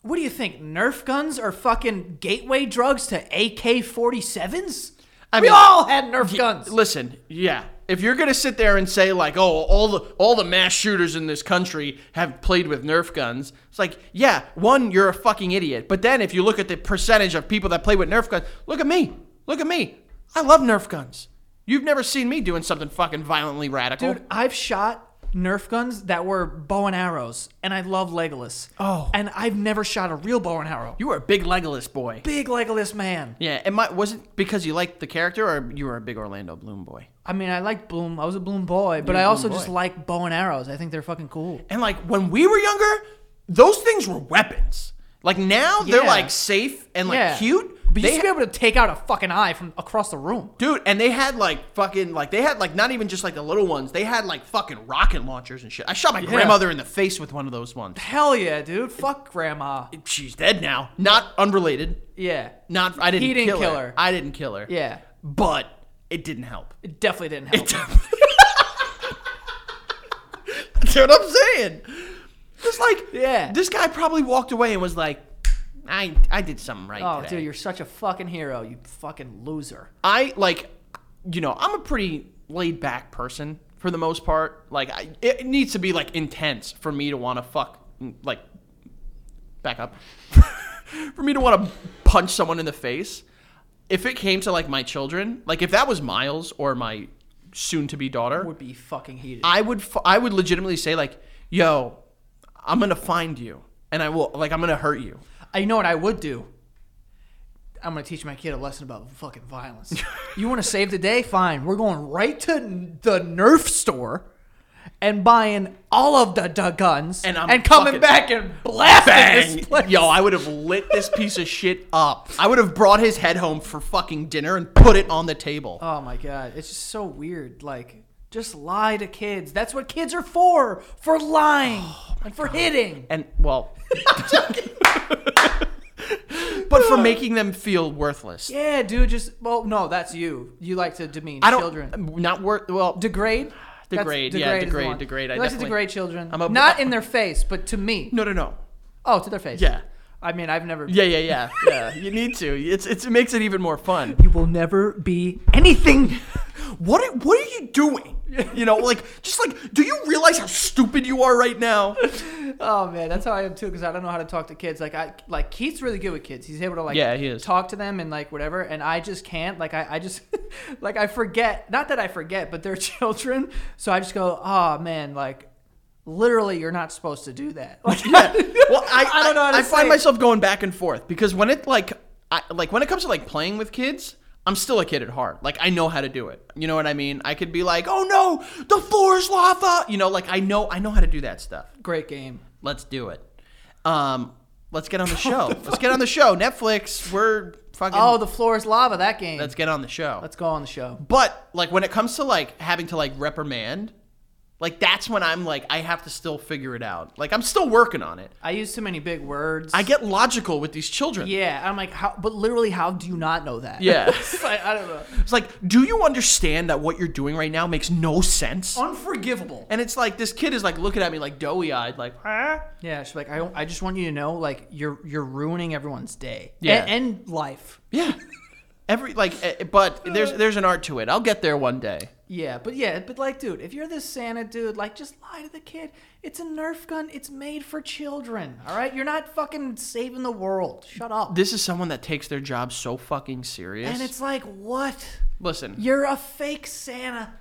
Speaker 1: what do you think? Nerf guns are fucking gateway drugs to AK 47s?
Speaker 2: I
Speaker 1: we
Speaker 2: mean-
Speaker 1: all had Nerf guns.
Speaker 2: Listen, yeah. If you're gonna sit there and say like, oh, all the all the mass shooters in this country have played with Nerf guns, it's like, yeah, one, you're a fucking idiot. But then if you look at the percentage of people that play with Nerf guns, look at me, look at me. I love Nerf guns. You've never seen me doing something fucking violently radical.
Speaker 1: Dude, I've shot Nerf guns that were bow and arrows, and I love Legolas.
Speaker 2: Oh.
Speaker 1: And I've never shot a real bow and arrow. You
Speaker 2: you were a big Legolas boy.
Speaker 1: big Legolas man.
Speaker 2: Yeah, and my was it because you liked the character, or you were a big Orlando Bloom boy?
Speaker 1: I mean, I like Bloom. I was a Bloom boy, but I also
Speaker 2: Bloom
Speaker 1: just
Speaker 2: boy.
Speaker 1: like bow and arrows. I think they're fucking cool.
Speaker 2: And like when we were younger, those things were weapons. Like now they're
Speaker 1: Yeah.
Speaker 2: like safe and like
Speaker 1: Yeah.
Speaker 2: cute,
Speaker 1: But you
Speaker 2: They
Speaker 1: should be able to take out a fucking eye from across the room.
Speaker 2: Dude, and they had like fucking like they had like not even just like the little ones. They had like fucking rocket launchers and shit. I shot my grandmother in the face with one of those ones.
Speaker 1: Hell yeah, dude. Fuck grandma.
Speaker 2: She's dead now. Not unrelated.
Speaker 1: Yeah.
Speaker 2: Not I didn't,
Speaker 1: He didn't kill her.
Speaker 2: I didn't kill her.
Speaker 1: Yeah.
Speaker 2: But it didn't help.
Speaker 1: It definitely didn't help.
Speaker 2: That's what I'm saying. Just like
Speaker 1: Yeah.
Speaker 2: This guy probably walked away and was like, I I did something right.
Speaker 1: Oh,
Speaker 2: today.
Speaker 1: dude, you're such a fucking hero, you fucking loser.
Speaker 2: I like, you know, I'm a pretty laid back person for the most part. Like, I, it needs to be like intense for me to want to fuck, like, back up, for me to want to punch someone in the face. If it came to like my children, like if that was Miles or my soon to be daughter,
Speaker 1: Would be fucking heated.
Speaker 2: I would f- I would legitimately say like, yo, I'm gonna find you and I will like I'm gonna hurt you.
Speaker 1: I know what I would do. I'm gonna teach my kid a lesson about fucking violence. you want to save the day? Fine. We're going right to n- the Nerf store and buying all of the, the guns
Speaker 2: And I'm
Speaker 1: coming
Speaker 2: fucking-
Speaker 1: back and blasting
Speaker 2: Bang!
Speaker 1: this place.
Speaker 2: Yo, I would have lit this piece of shit up. I would have brought his head home for fucking dinner and put it on the table.
Speaker 1: Oh my god, it's just so weird. Like, just lie to kids. That's what kids are for. For lying
Speaker 2: Oh
Speaker 1: and for hitting.
Speaker 2: and well, but for making them feel worthless.
Speaker 1: Yeah, dude. Just well, no, that's you. You like to demean
Speaker 2: I don't
Speaker 1: children.
Speaker 2: not worth. Well,
Speaker 1: Degrade. That's-
Speaker 2: Degrade, yeah,
Speaker 1: is the
Speaker 2: degrade,
Speaker 1: one.
Speaker 2: degrade, I
Speaker 1: You like to
Speaker 2: definitely-
Speaker 1: degrade children.
Speaker 2: I'm a-
Speaker 1: Not in their face, but to me.
Speaker 2: no, no, no.
Speaker 1: Oh, to their face.
Speaker 2: Yeah.
Speaker 1: I mean, I've never.
Speaker 2: Yeah, yeah, yeah, yeah. You need to. It's, it's it makes it even more fun.
Speaker 1: You will never be anything.
Speaker 2: What are, what are you doing? You know, like just like, do you realize how stupid you are right now?
Speaker 1: Oh man, that's how I am too. Because I don't know how to talk to kids. Like I, like Keith's really good with kids. He's able to like,
Speaker 2: Yeah, he is.
Speaker 1: talk to them and like whatever. And I just can't. Like I, I just, like I forget. Not that I forget, but they're children. So I just go, oh man, like literally, you're not supposed to do that. Like,
Speaker 2: well, I, I
Speaker 1: don't know. How to
Speaker 2: I
Speaker 1: say
Speaker 2: find
Speaker 1: it.
Speaker 2: myself going back and forth because when it like, I, like when it comes to like playing with kids, I'm still a kid at heart. Like I know how to do it. You know what I mean? I could be like, oh no, the floor is lava. You know, like I know, I know how to do that stuff.
Speaker 1: Great game.
Speaker 2: Let's do it. Um, let's get on the show. let's get on the show. Netflix, we're fucking.
Speaker 1: Oh, the floor is lava. That game.
Speaker 2: let's get on the show.
Speaker 1: Let's go on the show.
Speaker 2: But like when it comes to like having to like reprimand, like that's when I'm like I have to still figure it out. Like I'm still working on it.
Speaker 1: I use too many big words.
Speaker 2: I get logical with these children.
Speaker 1: Yeah, I'm like, how? But literally, how do you not know that?
Speaker 2: Yeah.
Speaker 1: It's like, I don't know.
Speaker 2: It's like, do you understand that what you're doing right now makes no sense?
Speaker 1: Unforgivable.
Speaker 2: And it's like this kid is like looking at me like doughy eyed, like huh?
Speaker 1: Yeah, she's like, I, don't- I just want you to know, like, you're you're ruining everyone's day.
Speaker 2: Yeah.
Speaker 1: A- and life.
Speaker 2: yeah. Every like, eh, but there's there's an art to it. I'll get there one day.
Speaker 1: Yeah, but yeah, but like, dude, if you're this Santa dude, like, just lie to the kid. It's a Nerf gun. It's made for children. All right, you're not fucking saving the world. Shut up.
Speaker 2: This is someone that takes their job so fucking serious.
Speaker 1: and it's like, what?
Speaker 2: listen,
Speaker 1: You're a fake Santa.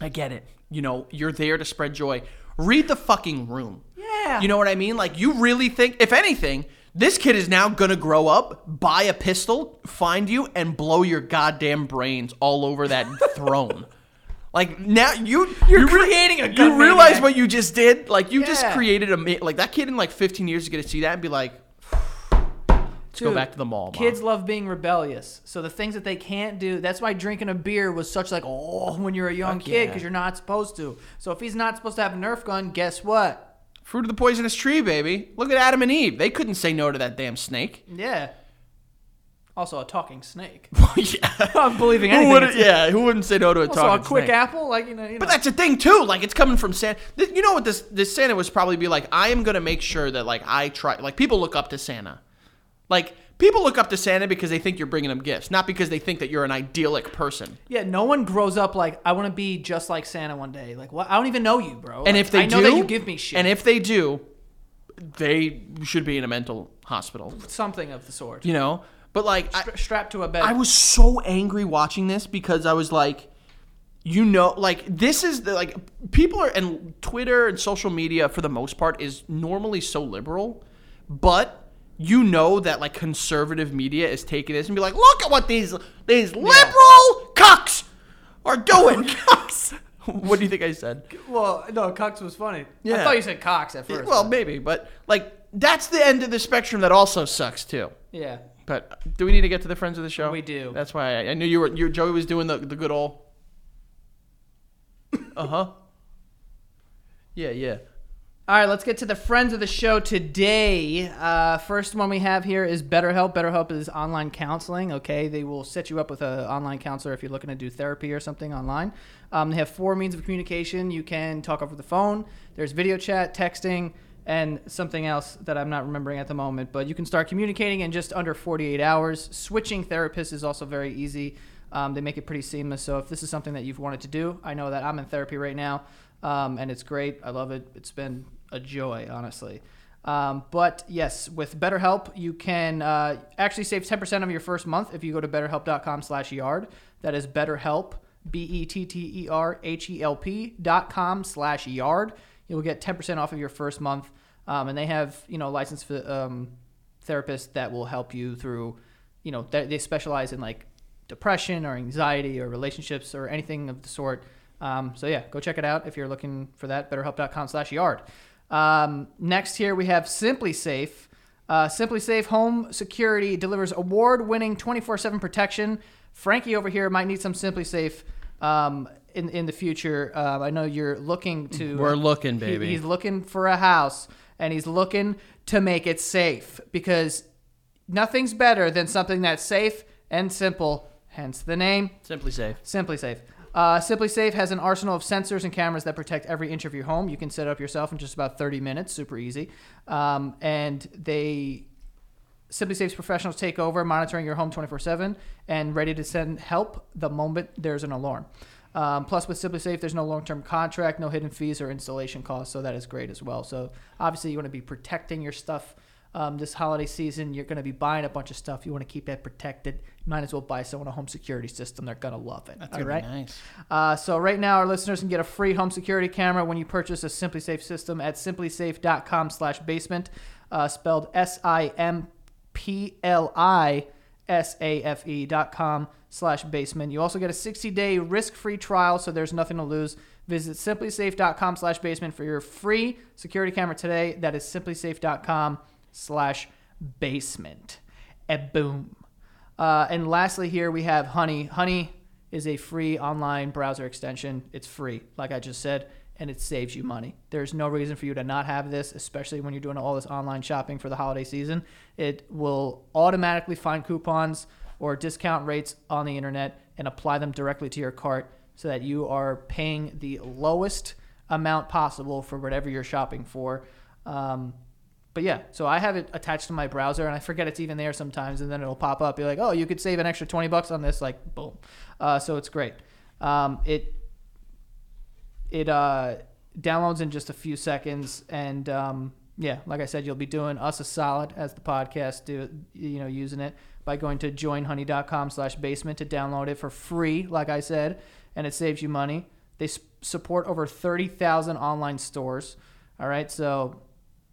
Speaker 2: I get it. You know, you're there to spread joy. Read the fucking room.
Speaker 1: Yeah.
Speaker 2: You know what I mean? Like, you really think, if anything, this kid is now gonna grow up, buy a pistol, find you, and blow your goddamn brains all over that throne. Like now, you you're
Speaker 1: creating a
Speaker 2: You
Speaker 1: gun
Speaker 2: realize
Speaker 1: maniac.
Speaker 2: what you just did? Like you just
Speaker 1: Yeah.
Speaker 2: created a ma- like that kid in like 15 years is gonna see that and be like,
Speaker 1: Let's
Speaker 2: go back to the mall. Mom.
Speaker 1: Kids love being rebellious. So the things that they can't do, that's why drinking a beer was such like, oh, when you're a young kid kid,
Speaker 2: yeah.
Speaker 1: because you're not supposed to. So if he's not supposed to have a Nerf gun, guess what?
Speaker 2: fruit of the poisonous tree, baby. Look at Adam and Eve. They couldn't say no to that damn snake.
Speaker 1: Yeah. Also, a talking snake.
Speaker 2: yeah.
Speaker 1: I'm believing
Speaker 2: Who
Speaker 1: anything.
Speaker 2: would?
Speaker 1: it's-
Speaker 2: Yeah, who wouldn't say no to a
Speaker 1: also, a
Speaker 2: talking
Speaker 1: quick
Speaker 2: snake?
Speaker 1: apple, like you know. You know.
Speaker 2: But that's a thing too. Like it's coming from Santa. Th- You know what this this Santa was probably be like? I am gonna make sure that like I try. Like people look up to Santa. Like people look up to Santa because they think you're bringing them gifts, not because they think that you're an idyllic person.
Speaker 1: yeah, no one grows up like I want to be just like Santa one day. Like, what? I don't even know you, bro.
Speaker 2: And
Speaker 1: Like,
Speaker 2: if they
Speaker 1: I
Speaker 2: do,
Speaker 1: know that you give me shit,
Speaker 2: And if they do, they should be in a mental hospital.
Speaker 1: something of the sort,
Speaker 2: You know. But like, I,
Speaker 1: Stra- strapped to a bed.
Speaker 2: I was so angry watching this because I was like, you know, like this is the like people are and Twitter and social media for the most part is normally so liberal, but you know that like conservative media is taking this and be like, look at what these these liberal cucks are doing. cucks. what do you think I said?
Speaker 1: well, no, Cox was funny. I
Speaker 2: Yeah.
Speaker 1: thought you said Cox at first.
Speaker 2: Well,
Speaker 1: but-
Speaker 2: maybe, but like that's the end of the spectrum that also sucks too.
Speaker 1: yeah.
Speaker 2: But uh, do we need to get to the friends of the show?
Speaker 1: We do.
Speaker 2: That's why I, I knew you were. Your Joey was doing the the good old. Uh huh. Yeah, yeah.
Speaker 1: All right, let's get to the friends of the show today. Uh, first one we have here is BetterHelp. BetterHelp is online counseling. Okay, they will set you up with an online counselor if you're looking to do therapy or something online. Um, they have four means of communication. You can talk over the phone. There's video chat, texting, and something else that I'm not remembering at the moment. But you can start communicating in just under 48 hours. Switching therapists is also very easy. Um, they make it pretty seamless. So if this is something that you've wanted to do, I know that I'm in therapy right now um, and it's great. I love it. It's been a joy, honestly. Um, but yes, with BetterHelp, you can uh, actually save 10% of your first month if you go to betterhelp.com slash yard. That is betterhelp, E B-E-T-T-E-R-H-E-L-P E dot com slash yard. You will get 10% off of your first month. Um, and they have, you know, licensed um, therapists that will help you through, you know, they, they specialize in like depression or anxiety or relationships or anything of the sort. Um, so yeah, go check it out if you're looking for that. BetterHelp.com/yard. Um, next here we have Simply Safe. Uh, Simply Safe Home Security delivers award-winning 24/7 protection. Frankie over here might need some Simply Safe um, in in the future. Uh, I know you're looking to.
Speaker 2: We're looking,
Speaker 1: He-
Speaker 2: baby.
Speaker 1: he's looking for a house, and he's looking to make it safe because nothing's better than something that's safe and simple. Hence the name.
Speaker 2: Simply safe.
Speaker 1: Simply Safe. Uh, Simply Safe has an arsenal of sensors and cameras that protect every inch of your home. You can set up yourself in just about 30 minutes, super easy. Um, and they Simply Safe's professionals take over, monitoring your home 24 7 and ready to send help the moment there's an alarm. Um, plus, with Simply Safe, there's no long term contract, no hidden fees or installation costs, so that is great as well. So, obviously, you want to be protecting your stuff um, this holiday season. You're going to be buying a bunch of stuff. You want to keep that protected. Might as well buy someone a home security system. They're going to love it. All right.
Speaker 2: nice.
Speaker 1: Uh, so right now, our listeners can get a free home security camera when you purchase a Simply Safe system at simplysafe.com/basement, uh, spelled S-I-M-P-L-I-S-A-F-E E dot com slash basement. You also get a 60-day risk-free trial, so there's nothing to lose. Visit simplysafe.com slash basement for your free security camera today. That is simplysafe.com slash basement. And boom. Uh, and lastly, here we have Honey. Honey is a free online browser extension. It's free, like I just said, and it saves you money. There's no reason for you to not have this, especially when you're doing all this online shopping for the holiday season. It will automatically find coupons or discount rates on the internet and apply them directly to your cart so that you are paying the lowest amount possible for whatever you're shopping for. Um, but yeah, so I have it attached to my browser, and I forget it's even there sometimes, and then it'll pop up, be like, "Oh, you could save an extra twenty bucks on this." Like, boom. Uh, so it's great. Um, it it uh, downloads in just a few seconds, and um, yeah, like I said, you'll be doing us a solid as the podcast do, you know, using it by going to joinhoney.com/basement to download it for free, like I said, and it saves you money. They s- support over thirty thousand online stores. All right, so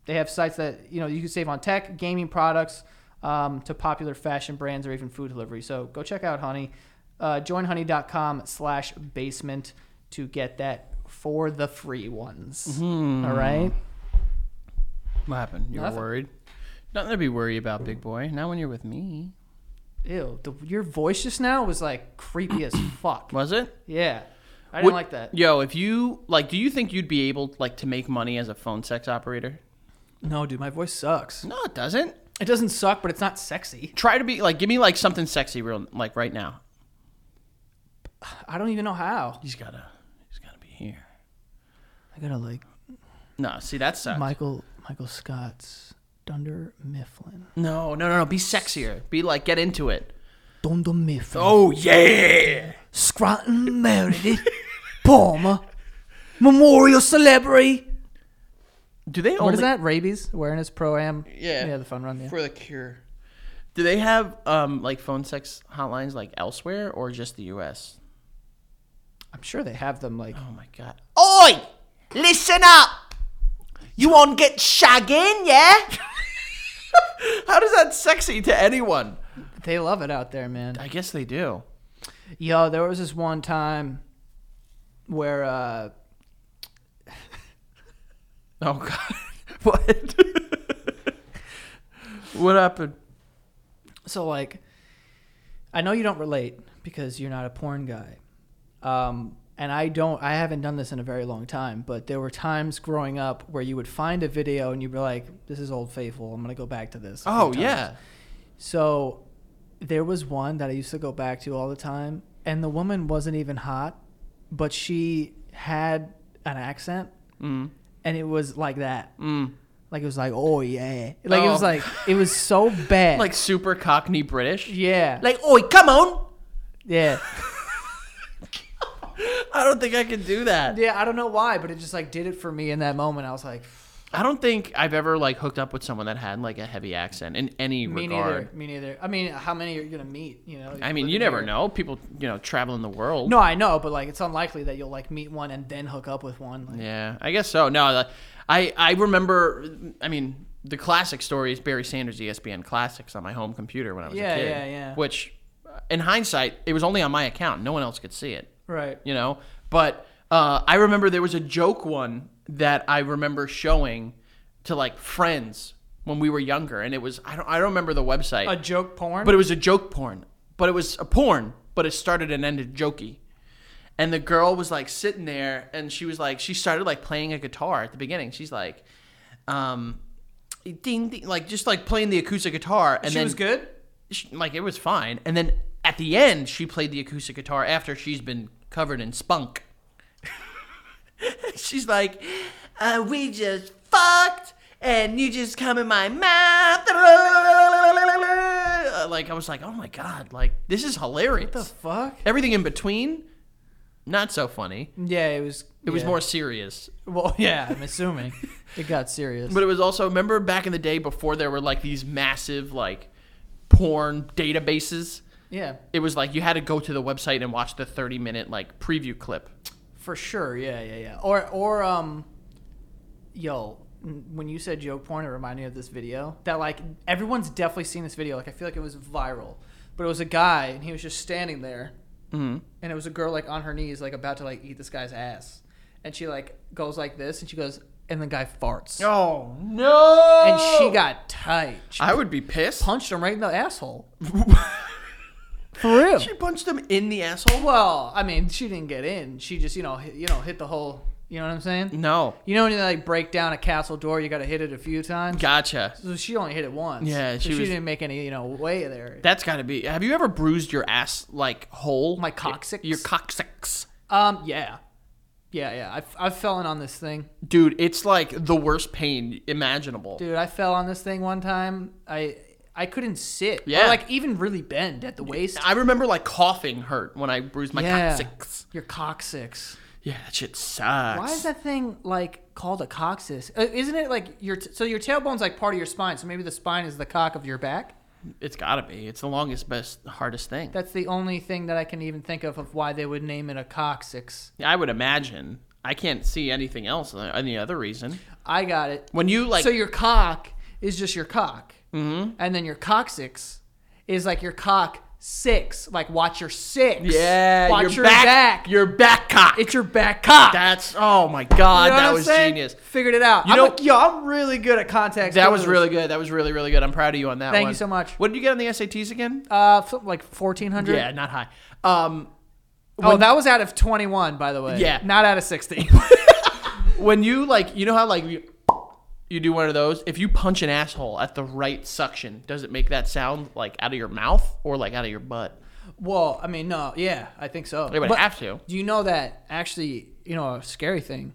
Speaker 1: they have sites that you know you can save on tech, gaming products, um, to popular fashion brands or even food delivery. So go check out Honey. Uh, joinhoney.com slash basement to get that for the free ones. All right.
Speaker 2: What happened? You were
Speaker 1: Nothing.
Speaker 2: worried. Nothing to be worried about, big boy. Not when you're with me.
Speaker 1: Ew. The, your voice just now was like creepy as fuck.
Speaker 2: Was it?
Speaker 1: Yeah. I didn't
Speaker 2: Would-
Speaker 1: like that.
Speaker 2: Yo, if you like, do you think you'd be able like to make money as a phone sex operator?
Speaker 1: No, dude, my voice sucks.
Speaker 2: No, it doesn't.
Speaker 1: It doesn't suck, but it's not sexy.
Speaker 2: Try to be like, give me like something sexy, real like right now.
Speaker 1: I don't even know how.
Speaker 2: He's gotta, he's gotta be here.
Speaker 1: I gotta like
Speaker 2: No, see that sucks.
Speaker 1: Michael Michael Scott's Dunder Mifflin.
Speaker 2: no, no, no, no. Be sexier. Be like, get into it.
Speaker 1: Dunder Mifflin.
Speaker 2: Oh yeah.
Speaker 1: Scranton Meredith Palmer Memorial Celebrity.
Speaker 2: Do they
Speaker 1: What
Speaker 2: only
Speaker 1: is that? Rabies awareness pro am.
Speaker 2: Yeah.
Speaker 1: yeah, the fun run. Yeah.
Speaker 2: for the cure? Do they have um like phone sex hotlines like elsewhere or just the U.S.?
Speaker 1: I'm sure they have them. Like,
Speaker 2: Oh my god. Oi! Listen up! You on get shagging, yeah? How does that sexy to anyone?
Speaker 1: they love it out there, man.
Speaker 2: I guess they do.
Speaker 1: Yo, there was this one time where uh,
Speaker 2: Oh god. what? what happened?
Speaker 1: So like, I know you don't relate because you're not a porn guy, um, and I don't. I haven't done this in a very long time. But there were times growing up where you would find a video and you'd be like, "This is Old Faithful. I'm gonna go back to this." a few
Speaker 2: Oh
Speaker 1: times."
Speaker 2: yeah.
Speaker 1: So there was one that I used to go back to all the time, and the woman wasn't even hot, but she had an accent,
Speaker 2: Mm.
Speaker 1: and it was like that.
Speaker 2: Mm.
Speaker 1: Like it was like, oh yeah, like it was
Speaker 2: Oh.
Speaker 1: like it was so bad.
Speaker 2: Like super Cockney British.
Speaker 1: yeah,
Speaker 2: Like, oi, come on.
Speaker 1: yeah,
Speaker 2: I don't think I can do that.
Speaker 1: yeah. I don't know why, but it just like did it for me in that moment. I was like,
Speaker 2: I don't think I've ever like hooked up with someone that had like a heavy accent in any
Speaker 1: me
Speaker 2: regard.
Speaker 1: neither, me neither. I mean, how many are you gonna meet? You know.
Speaker 2: I mean,
Speaker 1: living
Speaker 2: you never
Speaker 1: here?
Speaker 2: know. People, you know, traveling the world.
Speaker 1: No, I know, but like it's unlikely that you'll like meet one and then hook up with one. Like,
Speaker 2: Yeah, I guess so. No, the- I I remember. I mean, the classic story is Barry Sanders' E ESPN Classics on my home computer when I was
Speaker 1: Yeah,
Speaker 2: a kid.
Speaker 1: yeah, yeah.
Speaker 2: Which, uh, in hindsight, it was only on my account. No one else could see it.
Speaker 1: Right.
Speaker 2: You know, but uh, I remember there was a joke one that I remember showing to like friends when we were younger, and it was I don't I don't remember the website.
Speaker 1: A joke porn.
Speaker 2: But it was a joke porn. But it was a porn, but it started and ended jokey. And the girl was like sitting there and she was like she started like playing a guitar at the beginning. She's like um ding, ding like just like playing the acoustic guitar and
Speaker 1: she
Speaker 2: then
Speaker 1: was good.
Speaker 2: she- like it was fine. And then at the end she played the acoustic guitar after she's been covered in spunk. she's like uh, we just fucked and you just come in my mouth. Like I was like, "Oh my god, like this is hilarious."
Speaker 1: The fuck.
Speaker 2: Everything in between not so funny.
Speaker 1: Yeah, it was.
Speaker 2: It was more serious.
Speaker 1: Well, yeah, I'm assuming it got serious.
Speaker 2: But it was also remember back in the day before there were like these massive like porn databases.
Speaker 1: yeah,
Speaker 2: It was like you had to go to the website and watch the 30 minute like preview clip.
Speaker 1: for sure. Yeah, yeah, yeah. Or or um, yo, n- when you said joke porn, it reminded me of this video that like everyone's definitely seen this video. Like I feel like it was viral, but it was a guy and he was just standing there,
Speaker 2: Mhm.
Speaker 1: and it was a girl like on her knees, like about to like eat this guy's ass, and she like goes like this, and she goes, and the guy farts,
Speaker 2: Oh no!
Speaker 1: and she got tight. She
Speaker 2: I would be pissed.
Speaker 1: punched him right in the asshole. For real.
Speaker 2: she punched him in the asshole.
Speaker 1: Well, I mean, she didn't get in. She just, you know, hit, you know, hit the whole. You know what I'm saying?
Speaker 2: No.
Speaker 1: You know when you like break down a castle door, you got to hit it a few times.
Speaker 2: Gotcha.
Speaker 1: So she only hit it once.
Speaker 2: Yeah,
Speaker 1: so
Speaker 2: she
Speaker 1: she,
Speaker 2: was-
Speaker 1: didn't make any, you know, way there.
Speaker 2: That's got to be. Have you ever bruised your ass like whole?
Speaker 1: My coccyx?
Speaker 2: Your coccyx.
Speaker 1: Um, yeah, yeah, yeah. I, f- I fell in on this thing,
Speaker 2: Dude, it's like the worst pain imaginable.
Speaker 1: dude. I fell on this thing one time. I I couldn't sit.
Speaker 2: Yeah.
Speaker 1: Or, like even really bend at the waist.
Speaker 2: I remember like coughing hurt when I bruised my
Speaker 1: yeah.
Speaker 2: coccyx.
Speaker 1: Your coccyx.
Speaker 2: Yeah, that shit sucks.
Speaker 1: Why is that thing like called a coccyx? Uh, isn't it like your t- so your tailbone's like part of your spine? So maybe the spine is the cock of your back.
Speaker 2: It's gotta be. It's the longest, best, hardest thing.
Speaker 1: That's the only thing that I can even think of of why they would name it a coccyx.
Speaker 2: I would imagine. I can't see anything else. uh, Any other reason?
Speaker 1: I got it.
Speaker 2: When you like,
Speaker 1: so your cock is just your cock, mm-hmm. and then your coccyx is like your cock six. Like watch your six.
Speaker 2: yeah,
Speaker 1: watch
Speaker 2: your,
Speaker 1: your,
Speaker 2: back,
Speaker 1: back.
Speaker 2: your back cock.
Speaker 1: It's your back cock.
Speaker 2: That's oh my god,
Speaker 1: You know what
Speaker 2: that
Speaker 1: I'm
Speaker 2: was
Speaker 1: saying?
Speaker 2: genius.
Speaker 1: Figured it out.
Speaker 2: You
Speaker 1: I'm
Speaker 2: know-
Speaker 1: like, yo, I'm really good at context.
Speaker 2: That was
Speaker 1: clues.
Speaker 2: really good. That was really really good. I'm proud of you on that.
Speaker 1: Thank you
Speaker 2: one.
Speaker 1: so much.
Speaker 2: What did you get on the SATs again?
Speaker 1: uh something like fourteen hundred.
Speaker 2: Yeah, not high. Um,
Speaker 1: Oh, that was out of 21, by the way.
Speaker 2: Yeah.
Speaker 1: Not out of 16.
Speaker 2: when you like, you know how like you, you do one of those. If you punch an asshole at the right suction, does it make that sound like out of your mouth or like out of your butt?
Speaker 1: well, I mean, no. Yeah, I think so.
Speaker 2: They would
Speaker 1: But
Speaker 2: have to.
Speaker 1: do you know that actually, you know, a scary thing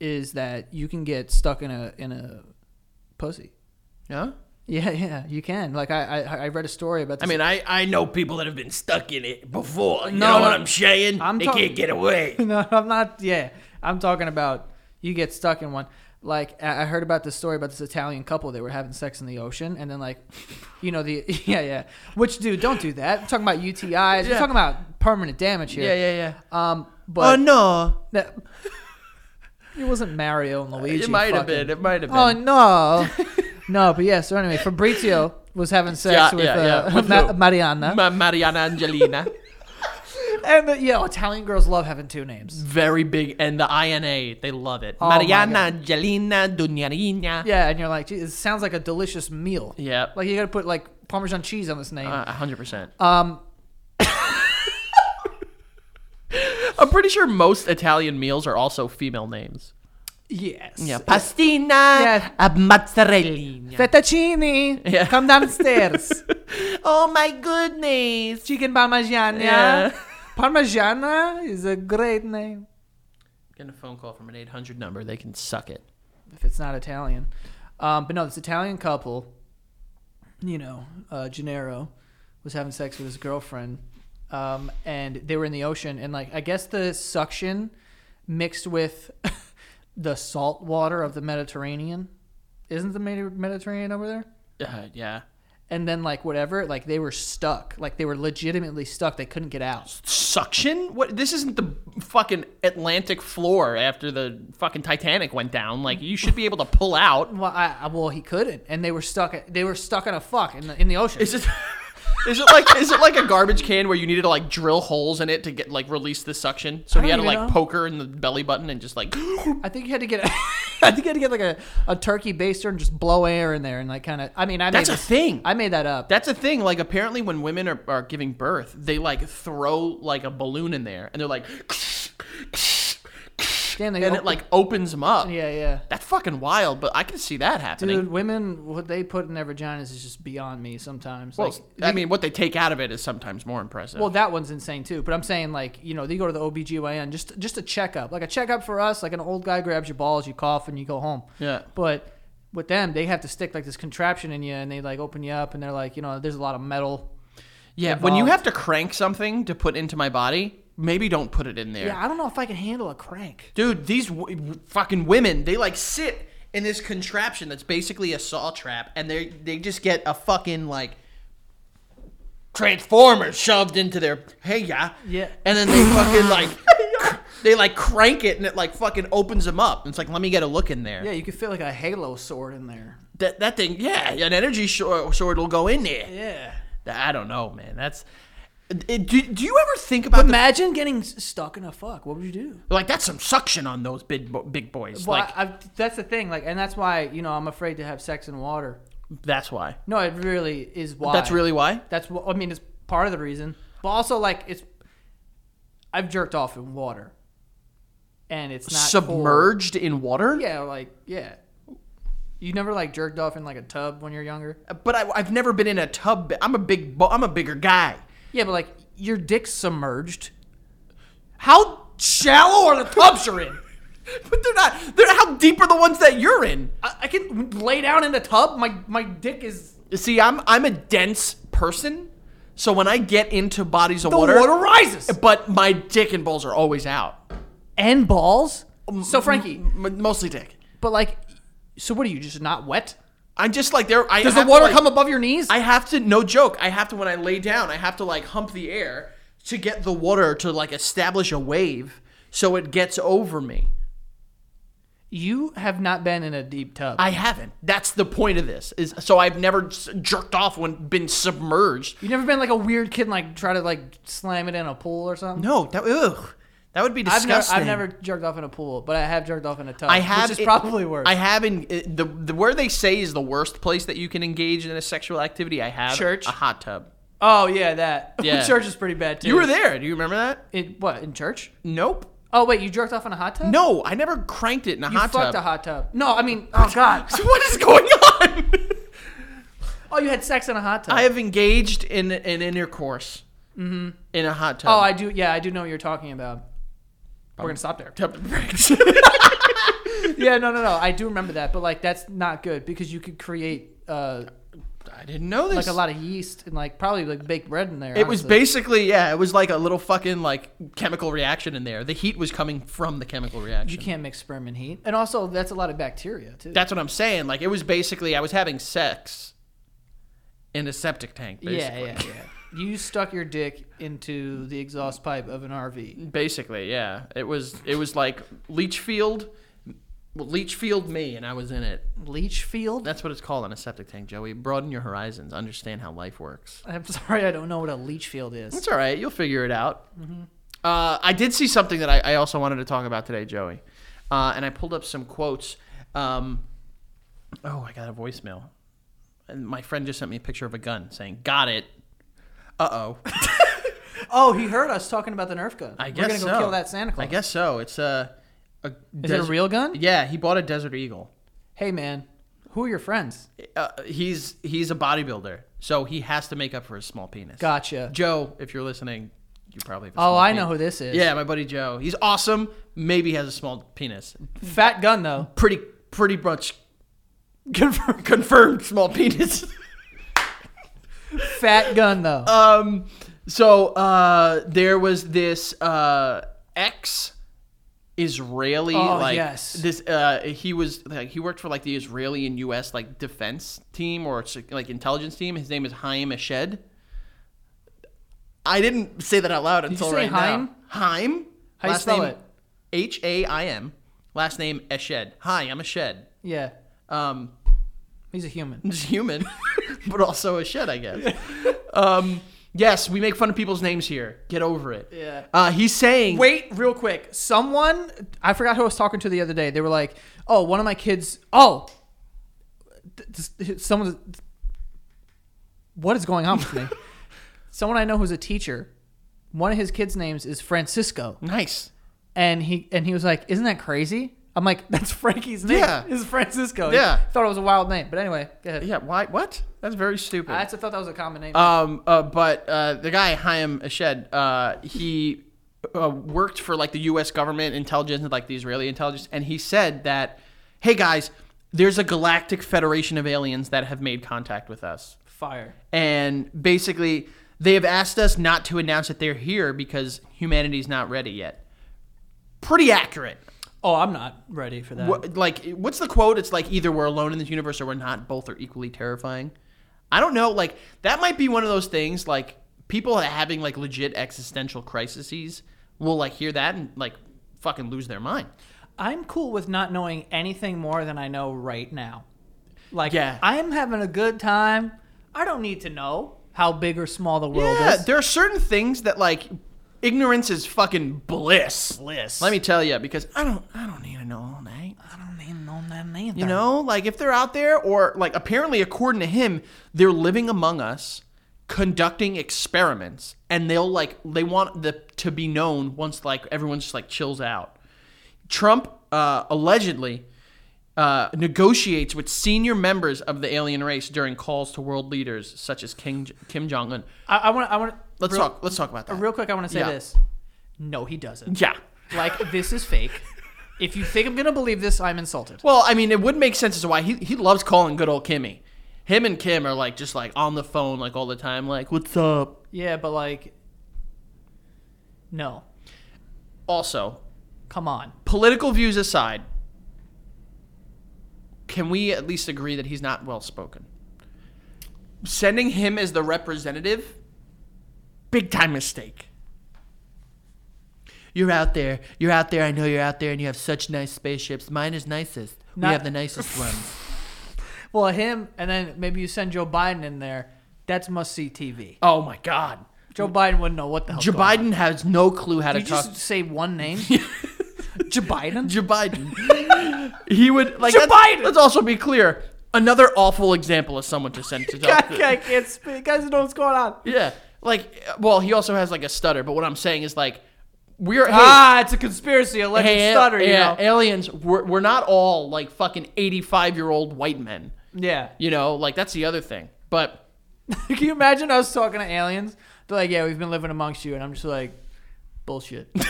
Speaker 1: is that you can get stuck in a in a pussy.
Speaker 2: Yeah.
Speaker 1: Yeah, yeah, you can. Like I I, I read a story
Speaker 2: I
Speaker 1: about this.
Speaker 2: mean, I, I know people that have been stuck in it before. You
Speaker 1: No,
Speaker 2: know
Speaker 1: no.
Speaker 2: what I'm saying?
Speaker 1: I'm
Speaker 2: they
Speaker 1: talking-
Speaker 2: can't get away.
Speaker 1: no, I'm not. Yeah, I'm talking about you get stuck in one. Like I I heard about this story about this Italian couple. They were having sex in the ocean, and then like, you know the yeah yeah. Which dude, don't do that. I'm talking about UTIs. We're
Speaker 2: Yeah.
Speaker 1: talking about permanent damage here.
Speaker 2: Yeah, Oh, yeah, yeah.
Speaker 1: Um, but
Speaker 2: no.
Speaker 1: that, it wasn't Mario and
Speaker 2: Uh,
Speaker 1: Luigi.
Speaker 2: It might have
Speaker 1: fucking-
Speaker 2: been. It might have been.
Speaker 1: Oh no, no. But yeah. So anyway, Fabrizio was having sex
Speaker 2: Yeah,
Speaker 1: with,
Speaker 2: yeah, yeah.
Speaker 1: uh,
Speaker 2: With
Speaker 1: Ma-
Speaker 2: who?
Speaker 1: Mariana.
Speaker 2: Ma- Mariana Angelina.
Speaker 1: and the, yo, Italian girls love having two names.
Speaker 2: Very big, and the INA, they love it.
Speaker 1: Oh my
Speaker 2: Mariana,
Speaker 1: God.
Speaker 2: Angelina, Dunyarina.
Speaker 1: Yeah, and you're like, "Gee, it sounds like a delicious meal.
Speaker 2: Yeah,
Speaker 1: Like you gotta put like Parmesan cheese on this name.
Speaker 2: uh, 100%.
Speaker 1: um,
Speaker 2: I'm pretty sure most Italian meals are also female names.
Speaker 1: yes. Uh,
Speaker 2: pastina,
Speaker 1: Yeah.
Speaker 2: a mozzarella.
Speaker 1: Fettuccine,
Speaker 2: Yeah.
Speaker 1: come downstairs.
Speaker 2: Oh my goodness.
Speaker 1: Chicken parmigiana.
Speaker 2: Yeah.
Speaker 1: Parmigiana is a great name.
Speaker 2: Getting a phone call from an 800 number, they can suck it.
Speaker 1: If it's not Italian, um, but no, this Italian couple, you know, uh, Gennaro was having sex with his girlfriend, um, and they were in the ocean, and like I guess the suction mixed with the salt water of the Mediterranean, isn't the Medi- Mediterranean over there?
Speaker 2: Uh, yeah.
Speaker 1: and then like whatever, like they were stuck. Like they were legitimately stuck. They couldn't get out.
Speaker 2: Suction? What? This isn't the fucking Atlantic floor after the fucking Titanic went down. Like, you should be able to pull out.
Speaker 1: Well, I, I- well, he couldn't, and they were stuck. They were stuck in a fuck in the in the ocean.
Speaker 2: Is it. Is it like is it like a garbage can where you needed to like drill holes in it to get like release the suction? So
Speaker 1: I
Speaker 2: he had to
Speaker 1: don't
Speaker 2: like
Speaker 1: even know.
Speaker 2: poke her in the belly button and just like
Speaker 1: I think you had to get. I think you had to get like a, a turkey baster and just blow air in there and like kind of. I mean, I
Speaker 2: That's
Speaker 1: made
Speaker 2: a
Speaker 1: this-
Speaker 2: thing.
Speaker 1: I made that up.
Speaker 2: That's a thing. Like apparently, when women are, are giving birth, they like throw like a balloon in there, and they're like,
Speaker 1: Damn, they
Speaker 2: and it
Speaker 1: open-
Speaker 2: like opens them up.
Speaker 1: yeah, yeah.
Speaker 2: That's fucking wild. But I can see that happening.
Speaker 1: Dude, women, what they put in their vaginas is just beyond me sometimes.
Speaker 2: well,
Speaker 1: like,
Speaker 2: I mean, what they take out of it is sometimes more impressive.
Speaker 1: Well, that one's insane too. But I'm saying like, you know, they go to the OBGYN just just a checkup. Like a checkup for us, like an old guy grabs your balls, you cough and you go home.
Speaker 2: Yeah.
Speaker 1: But with them, they have to stick like this contraption in you and they like open you up and they're like, you know, there's a lot of metal.
Speaker 2: yeah. When you
Speaker 1: involved.
Speaker 2: have to crank something to put into my body, maybe don't put it in there.
Speaker 1: Yeah, I don't know if I can handle a crank.
Speaker 2: Dude, these w- w- fucking women, they like sit in this contraption that's basically a saw trap, and they they just get a fucking like transformer shoved into their hey yeah
Speaker 1: Yeah.
Speaker 2: and then they fucking like they like crank it and it like fucking opens them up. And it's like let me get a look in there.
Speaker 1: Yeah, you could feel like a halo sword in there.
Speaker 2: That that thing, yeah, an energy shor- sword will go in there.
Speaker 1: Yeah.
Speaker 2: I don't know, man. That's it, do, do you ever think about the,
Speaker 1: Imagine getting s- stuck in a fuck. What would you do?
Speaker 2: like that's some suction on those big bo- big boys?
Speaker 1: Well,
Speaker 2: like
Speaker 1: I, I've, that's the thing. Like, and that's why you know I'm afraid to have sex in water.
Speaker 2: that's why.
Speaker 1: No, it really is why.
Speaker 2: That's really why.
Speaker 1: That's what I mean. It's part of the reason, but also like it's. I've jerked off in water, and it's not
Speaker 2: submerged in water.
Speaker 1: cold. Yeah, like yeah. You never like jerked off in like a tub when you're younger.
Speaker 2: But I, I've never been in a tub. I'm a big. bo- I'm a bigger guy.
Speaker 1: Yeah, but like your dick's submerged.
Speaker 2: How shallow are the tubs you're in? but they're not. They're how deep are the ones that you're in?
Speaker 1: I, I can lay down in the tub. My my dick is.
Speaker 2: See, I'm I'm a dense person, so when I get into bodies of
Speaker 1: The
Speaker 2: water,
Speaker 1: water, rises
Speaker 2: but my dick and balls are always out.
Speaker 1: and balls. So Frankie,
Speaker 2: M- m- mostly dick.
Speaker 1: but like, so what are you just not wet?
Speaker 2: I'm just like there. I
Speaker 1: Does the
Speaker 2: have to,
Speaker 1: water
Speaker 2: like-
Speaker 1: come above your knees?
Speaker 2: I have to, no joke, I have to, when I lay down, I have to like hump the air to get the water to like establish a wave so it gets over me.
Speaker 1: you have not been in a deep tub.
Speaker 2: I haven't. That's the point of this. Is so I've never s- jerked off when been submerged.
Speaker 1: You never been like a weird kid and like try to like slam it in a pool or something?
Speaker 2: No, that ugh, that would be
Speaker 1: I've never,
Speaker 2: disgusting.
Speaker 1: I've never jerked off in a pool, but I have jerked off in a tub.
Speaker 2: I have.
Speaker 1: which is
Speaker 2: it-
Speaker 1: probably worse.
Speaker 2: I have in it- the, the where they say is the worst place that you can engage in a sexual activity. I have
Speaker 1: Church?
Speaker 2: a hot tub.
Speaker 1: oh yeah, that
Speaker 2: Yeah.
Speaker 1: church is pretty bad too.
Speaker 2: You were there. Do you remember that?
Speaker 1: in what in church?
Speaker 2: Nope.
Speaker 1: Oh wait, you jerked off in a hot tub?
Speaker 2: No, I never cranked it in a
Speaker 1: you
Speaker 2: hot
Speaker 1: fucked
Speaker 2: tub.
Speaker 1: a hot tub. No, I mean, oh god.
Speaker 2: So what is going on?
Speaker 1: Oh, you had sex in a hot tub.
Speaker 2: I have engaged in an intercourse in a hot tub.
Speaker 1: oh, I do. Yeah, I do know what you're talking about. We're gonna stop there.
Speaker 2: tub breaks.
Speaker 1: yeah, no, no, no. I do remember that, but like that's not good because you could create uh,
Speaker 2: I didn't know this.
Speaker 1: like a lot of yeast and like probably like baked bread in there.
Speaker 2: It was
Speaker 1: honestly.
Speaker 2: basically yeah. It was like a little fucking like chemical reaction in there. The heat was coming from the chemical
Speaker 1: You
Speaker 2: reaction.
Speaker 1: can't mix sperm and heat, and also that's a lot of bacteria too.
Speaker 2: That's what I'm saying. Like it was basically I was having sex in a septic tank. Basically.
Speaker 1: Yeah, yeah, yeah. you stuck your dick into the exhaust pipe of an RV.
Speaker 2: Basically, yeah. It was it was like leach field, well, leach field me, and I was in it.
Speaker 1: Leach field?
Speaker 2: That's what it's called in a septic tank, Joey. Broaden your horizons. Understand how life works.
Speaker 1: I'm sorry, I don't know what a leach field is.
Speaker 2: It's all right. You'll figure it out. Uh, I did see something that I, I also wanted to talk about today, Joey, uh, and I pulled up some quotes. Um, oh, I got a voicemail. And my friend just sent me a picture of a gun saying, "Got it." Uh oh.
Speaker 1: Oh, he heard us talking about the Nerf gun.
Speaker 2: I
Speaker 1: We're
Speaker 2: guess
Speaker 1: gonna
Speaker 2: so.
Speaker 1: go kill that Santa Claus.
Speaker 2: I guess so. It's a. a
Speaker 1: Is it a real gun?
Speaker 2: Yeah, he bought a Desert Eagle.
Speaker 1: Hey, man, who are your friends?
Speaker 2: Uh, he's he's a bodybuilder, so he has to make up for his small penis.
Speaker 1: Gotcha.
Speaker 2: Joe, if you're listening, you probably. Have a
Speaker 1: Oh,
Speaker 2: small
Speaker 1: I
Speaker 2: penis.
Speaker 1: know who this is.
Speaker 2: Yeah, my buddy Joe. He's awesome. Maybe has a small penis.
Speaker 1: Fat gun though.
Speaker 2: Pretty pretty much confirmed, confirmed small penis.
Speaker 1: Fat gun though.
Speaker 2: um, so uh, there was this uh, ex Israeli
Speaker 1: Oh,
Speaker 2: like
Speaker 1: yes.
Speaker 2: this uh, he was like he worked for like the Israeli and U.S. like defense team or sec- like intelligence team. His name is Haim Eshed. I didn't say that out loud until
Speaker 1: say
Speaker 2: right
Speaker 1: Haim?
Speaker 2: now. Haim.
Speaker 1: How you
Speaker 2: Last
Speaker 1: spell
Speaker 2: name
Speaker 1: it?
Speaker 2: H A I M. Last name Eshed. Hi, I'm Eshed.
Speaker 1: yeah,
Speaker 2: Um,
Speaker 1: he's a human.
Speaker 2: just human, but also a shed, I guess. Um, yes, we make fun of people's names here. Get over it.
Speaker 1: Yeah.
Speaker 2: Uh, he's saying.
Speaker 1: Wait, real quick. Someone I forgot who I was talking to the other day. They were like, "Oh, one of my kids. Oh, th- th- someone. What is going on with me? someone I know who's a teacher. One of his kids' names is Francisco,
Speaker 2: Nice.
Speaker 1: and he and he was like, "Isn't that crazy?" I'm like, "That's Frankie's name.
Speaker 2: Yeah.
Speaker 1: Is Francisco?
Speaker 2: Yeah.
Speaker 1: He thought it was a wild name, but anyway, go ahead.
Speaker 2: Yeah. Why? What? That's very stupid.
Speaker 1: I just thought that was a common name.
Speaker 2: Um, uh, but uh, the guy Chaim Ashed, uh, he uh, worked for like the U.S. government intelligence, and, like the Israeli intelligence, and he said that, "Hey guys, there's a galactic federation of aliens that have made contact with us,
Speaker 1: Fire.
Speaker 2: and basically they have asked us not to announce that they're here because humanity's not ready yet." Pretty accurate.
Speaker 1: Oh, I'm not ready for that.
Speaker 2: What, like, what's the quote? It's like either we're alone in this universe or we're not. Both are equally terrifying. I don't know. Like, that might be one of those things. Like, people having like legit existential crises will like hear that and like fucking lose their mind.
Speaker 1: I'm cool with not knowing anything more than I know right now. Like,
Speaker 2: Yeah.
Speaker 1: I'm having a good time. I don't need to know how big or small the world
Speaker 2: yeah,
Speaker 1: is.
Speaker 2: there are certain things that like ignorance is fucking bliss.
Speaker 1: Bliss.
Speaker 2: Let me tell you, because I don't, I don't need to know all night.
Speaker 1: I don't need to know that either.
Speaker 2: You know, like if they're out there, or like apparently, according to him, they're living among us, conducting experiments, and they'll like they want the to be known once like everyone's just like chills out. Trump uh, allegedly uh, negotiates with senior members of the alien race during calls to world leaders such as King, Kim Jong Un.
Speaker 1: I, I want to. I want to.
Speaker 2: Let's
Speaker 1: real,
Speaker 2: talk. Let's talk about that.
Speaker 1: Real quick, I want to say
Speaker 2: Yeah.
Speaker 1: this. No, he doesn't.
Speaker 2: yeah.
Speaker 1: Like, this is fake. If you think I'm going to believe this, I'm insulted.
Speaker 2: Well, I mean, it would make sense as to why he, he loves calling good old Kimmy. Him and Kim are like just like on the phone like all the time, like what's up,
Speaker 1: Yeah, but like, no.
Speaker 2: Also,
Speaker 1: Come on.
Speaker 2: political views aside, can we at least agree that he's not well spoken? Sending him as the representative, big time mistake. You're out there. You're out there. I know you're out there, and you have such nice spaceships. Mine is nicest.
Speaker 1: Not-
Speaker 2: we have the nicest one.
Speaker 1: Well, him, and then maybe you send Joe Biden in there. That's must see TV.
Speaker 2: Oh my God.
Speaker 1: Joe Biden wouldn't know what the hell.
Speaker 2: Joe Biden has no clue how to
Speaker 1: You
Speaker 2: talk.
Speaker 1: Oh, just say one name? Joe Biden?
Speaker 2: Joe Biden. he would like.
Speaker 1: Joe
Speaker 2: let's,
Speaker 1: Biden!
Speaker 2: Let's also be clear. Another awful example of someone to send to
Speaker 1: God,
Speaker 2: talk to.
Speaker 1: I can't speak. Guys, don't know what's going on.
Speaker 2: Yeah. Like, well, he also has like a stutter, but what I'm saying is like, we're. Hey,
Speaker 1: Ah, it's a conspiracy. Alleged
Speaker 2: hey,
Speaker 1: stutter, you
Speaker 2: yeah,
Speaker 1: know.
Speaker 2: aliens, we're, we're not all like fucking 85 year old white men.
Speaker 1: Yeah.
Speaker 2: You know, like, that's the other thing. But
Speaker 1: Can you imagine us talking to aliens? They're like, yeah, we've been living amongst you. And I'm just like, bullshit.
Speaker 2: like,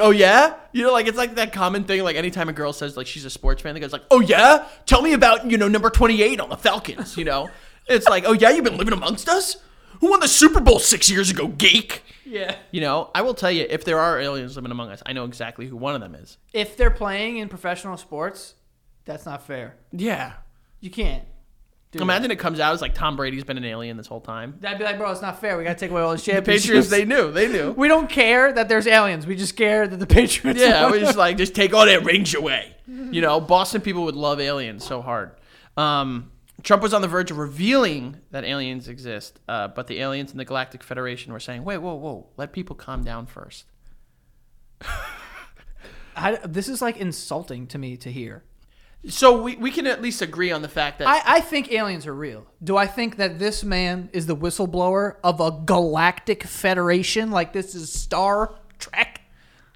Speaker 2: oh yeah? You know, like, it's like that common thing. Like, anytime a girl says like she's a sports fan, the guy's like, oh yeah? Tell me about, you know, number 28 on the Falcons, you know? it's like, oh yeah, you've been living amongst us? Who won the Super Bowl six years ago, geek?
Speaker 1: yeah.
Speaker 2: You know, I will tell you, if there are aliens living among us, I know exactly who one of them is.
Speaker 1: If they're playing in professional sports, that's not fair.
Speaker 2: Yeah.
Speaker 1: You can't. do that.
Speaker 2: Imagine it comes out as like Tom Brady's been an alien this whole time.
Speaker 1: That'd be like, bro, it's not fair. We got to take away all the
Speaker 2: The
Speaker 1: championships.
Speaker 2: Patriots, they knew, they knew.
Speaker 1: we don't care that there's aliens. We just care that the Patriots.
Speaker 2: Yeah,
Speaker 1: won.
Speaker 2: we just like just take all their rings away. You know, Boston people would love aliens so hard. Um, Trump was on the verge of revealing that aliens exist, uh, but the aliens in the Galactic Federation were saying, "Wait, whoa, whoa, let people calm down first.
Speaker 1: I, this is like insulting to me to hear.
Speaker 2: So we, we can at least agree on the fact that
Speaker 1: I, I think aliens are real. Do I think that this man is the whistleblower of a galactic federation? Like this is Star Trek?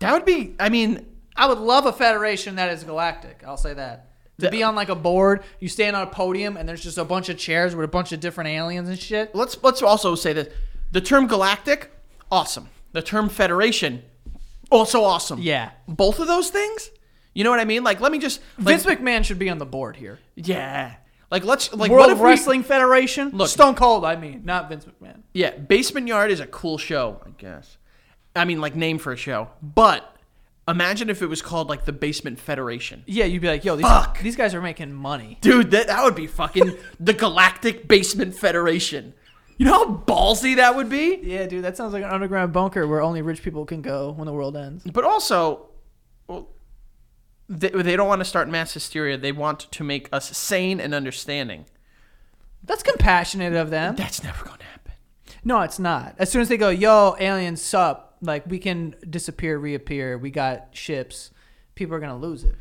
Speaker 2: that would be. I mean,
Speaker 1: I would love a federation that is galactic. I'll say that. To be on like a board, you stand on a podium, and there's just a bunch of chairs with a bunch of different aliens and shit.
Speaker 2: let's let's also say this: the term galactic, awesome. The term federation, also awesome.
Speaker 1: Yeah.
Speaker 2: both of those things. You know what I mean? Like, let me just like,
Speaker 1: Vince McMahon should be on the board here.
Speaker 2: yeah. Like, let's like what
Speaker 1: World
Speaker 2: if we-
Speaker 1: Wrestling Federation. Look, Stone Cold. I mean, not Vince McMahon.
Speaker 2: Yeah, Basement Yard is a cool show, I guess. I mean, like name for a show, but imagine if it was called like the Basement Federation,
Speaker 1: Yeah, you'd be like, yo, these,
Speaker 2: Fuck.
Speaker 1: these guys are making money.
Speaker 2: dude. That that would be fucking the Galactic Basement Federation. You know how ballsy that would be.
Speaker 1: Yeah, dude, that sounds like an underground bunker where only rich people can go when the world ends.
Speaker 2: But also, well, they, they don't want to start mass hysteria. They want to make us sane and understanding.
Speaker 1: That's compassionate of them.
Speaker 2: That's never going to happen.
Speaker 1: No, it's not. As soon as they go, yo, aliens, sup, like we can disappear, reappear, we got ships, people are going to lose it.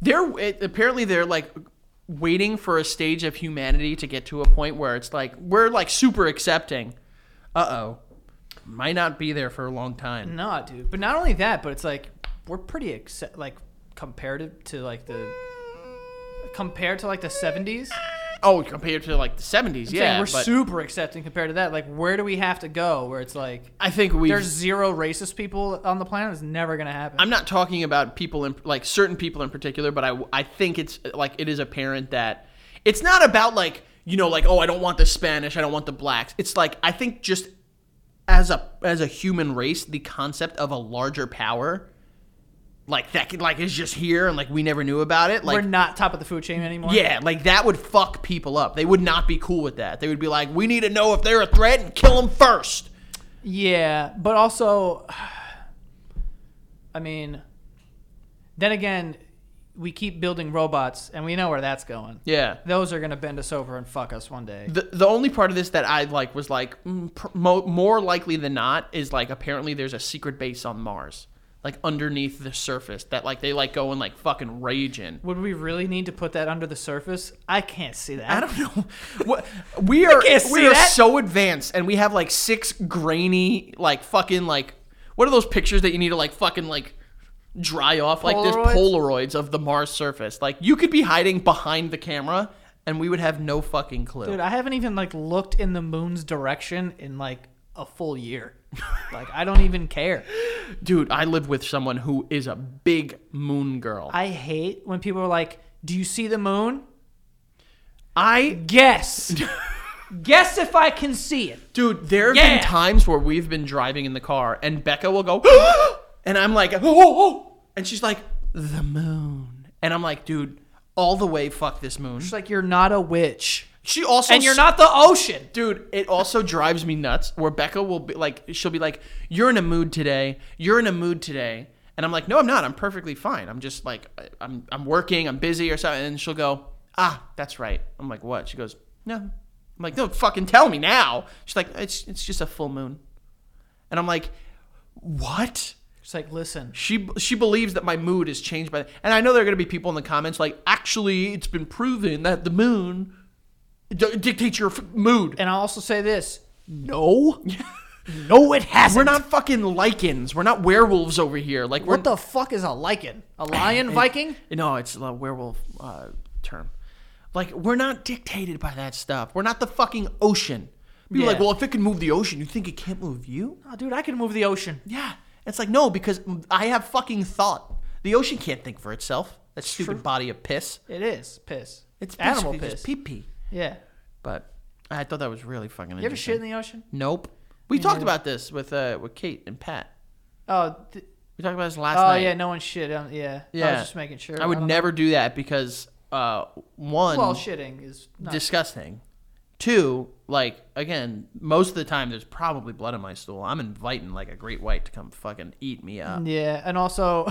Speaker 2: They're it, apparently they're like waiting for a stage of humanity to get to a point where it's like we're like super accepting. Uh oh, might not be there for a long time.
Speaker 1: No, dude. But not only that, but it's like we're pretty accept- like comparative to like the compared to like the 70s.
Speaker 2: Oh, compared to like the seventies,
Speaker 1: Yeah,
Speaker 2: yeah.
Speaker 1: we're
Speaker 2: but
Speaker 1: super accepting compared to that. Like where do we have to go where it's like
Speaker 2: I think we.
Speaker 1: there's zero racist people on the planet? It's never going to happen.
Speaker 2: I'm not talking about people in like certain people in particular, but I I think it's like it is apparent that it's not about like you know like oh I don't want the Spanish, I don't want the blacks. It's like I think just as a as a human race, the concept of a larger power like that could, like is just here and like we never knew about it. Like
Speaker 1: we're not top of the food chain anymore.
Speaker 2: yeah, like that would fuck people up. They would not be cool with that. They would be like, we need to know if they're a threat and kill them first.
Speaker 1: Yeah, but also, I mean, then again, we keep building robots, and we know where that's going.
Speaker 2: Yeah.
Speaker 1: Those are gonna bend us over and fuck us one day.
Speaker 2: the the only part of this that I like was like mm, pr- mo- more likely than not is like apparently there's a secret base on Mars like underneath the surface that like they like go and like fucking rage in.
Speaker 1: Would we really need to put that under the surface? I can't see that.
Speaker 2: I don't know. What- We are
Speaker 1: can't
Speaker 2: we
Speaker 1: see
Speaker 2: are
Speaker 1: that.
Speaker 2: so advanced and we have like six grainy like fucking like what are those pictures that you need to like fucking like dry off like there's
Speaker 1: Polaroids?
Speaker 2: polaroids of the Mars surface. Like you could be hiding behind the camera and we would have no fucking clue.
Speaker 1: Dude, I haven't even like looked in the moon's direction in like a full year. like I don't even care.
Speaker 2: Dude, I live with someone who is a big moon girl. I,
Speaker 1: I hate when people are like, "Do you see the moon?" Guess. Guess if I can see it.
Speaker 2: dude, there have
Speaker 1: Yeah.
Speaker 2: been times where we've been driving in the car and Becca will go, "Ah!" and I'm like, oh, oh, oh, and she's like, the moon, and I'm like, dude, all the way, fuck this moon.
Speaker 1: It's like you're not a witch.
Speaker 2: She also
Speaker 1: Mm-hmm. and you're not the ocean.
Speaker 2: Dude, it also drives me nuts where Becca will be like, she'll be like, you're in a mood today. You're in a mood today. And I'm like, no, I'm not. I'm perfectly fine. I'm just like, I- I'm, I'm working, I'm busy or something. And she'll go, ah, that's right. I'm like, what? She goes, no. I'm like, no, fucking tell me now. She's like, it's, it's just a full moon. And I'm like, what?
Speaker 1: It's like, listen,
Speaker 2: She she believes that my mood is changed by that. And I know there are going to be people in the comments like, actually, it's been proven that the moon d- dictates your f- mood.
Speaker 1: and I'll also say this: no, no, it hasn't.
Speaker 2: We're not fucking lichens. We're not werewolves over here. Like we're
Speaker 1: What the fuck is a lichen? A lion Viking?
Speaker 2: no, it's a werewolf uh, term. Like we're not dictated by that stuff. We're not the fucking ocean. People are like,
Speaker 1: Yeah.
Speaker 2: well, if it can move the ocean, you think it can't move you?
Speaker 1: Oh, dude, I can move the ocean.
Speaker 2: Yeah. It's like no, because I have fucking thought. The ocean can't think for itself. That stupid body of piss.
Speaker 1: It is piss.
Speaker 2: It's
Speaker 1: animal
Speaker 2: basically
Speaker 1: piss.
Speaker 2: just pee pee.
Speaker 1: yeah.
Speaker 2: But I thought that was really fucking.
Speaker 1: You ever shit in the ocean?
Speaker 2: Nope. We talked about this with uh, with Kate and Pat.
Speaker 1: Oh, th-
Speaker 2: We talked about this last
Speaker 1: oh
Speaker 2: night.
Speaker 1: yeah. No one shit. Um, yeah. I
Speaker 2: Yeah.
Speaker 1: was just making sure.
Speaker 2: I would
Speaker 1: don't
Speaker 2: never do that because uh, one,
Speaker 1: know. Well, shitting is not.
Speaker 2: disgusting. Two, like again, most of the time there's probably blood in my stool. I'm inviting like a great white to come fucking eat me up.
Speaker 1: yeah, and also,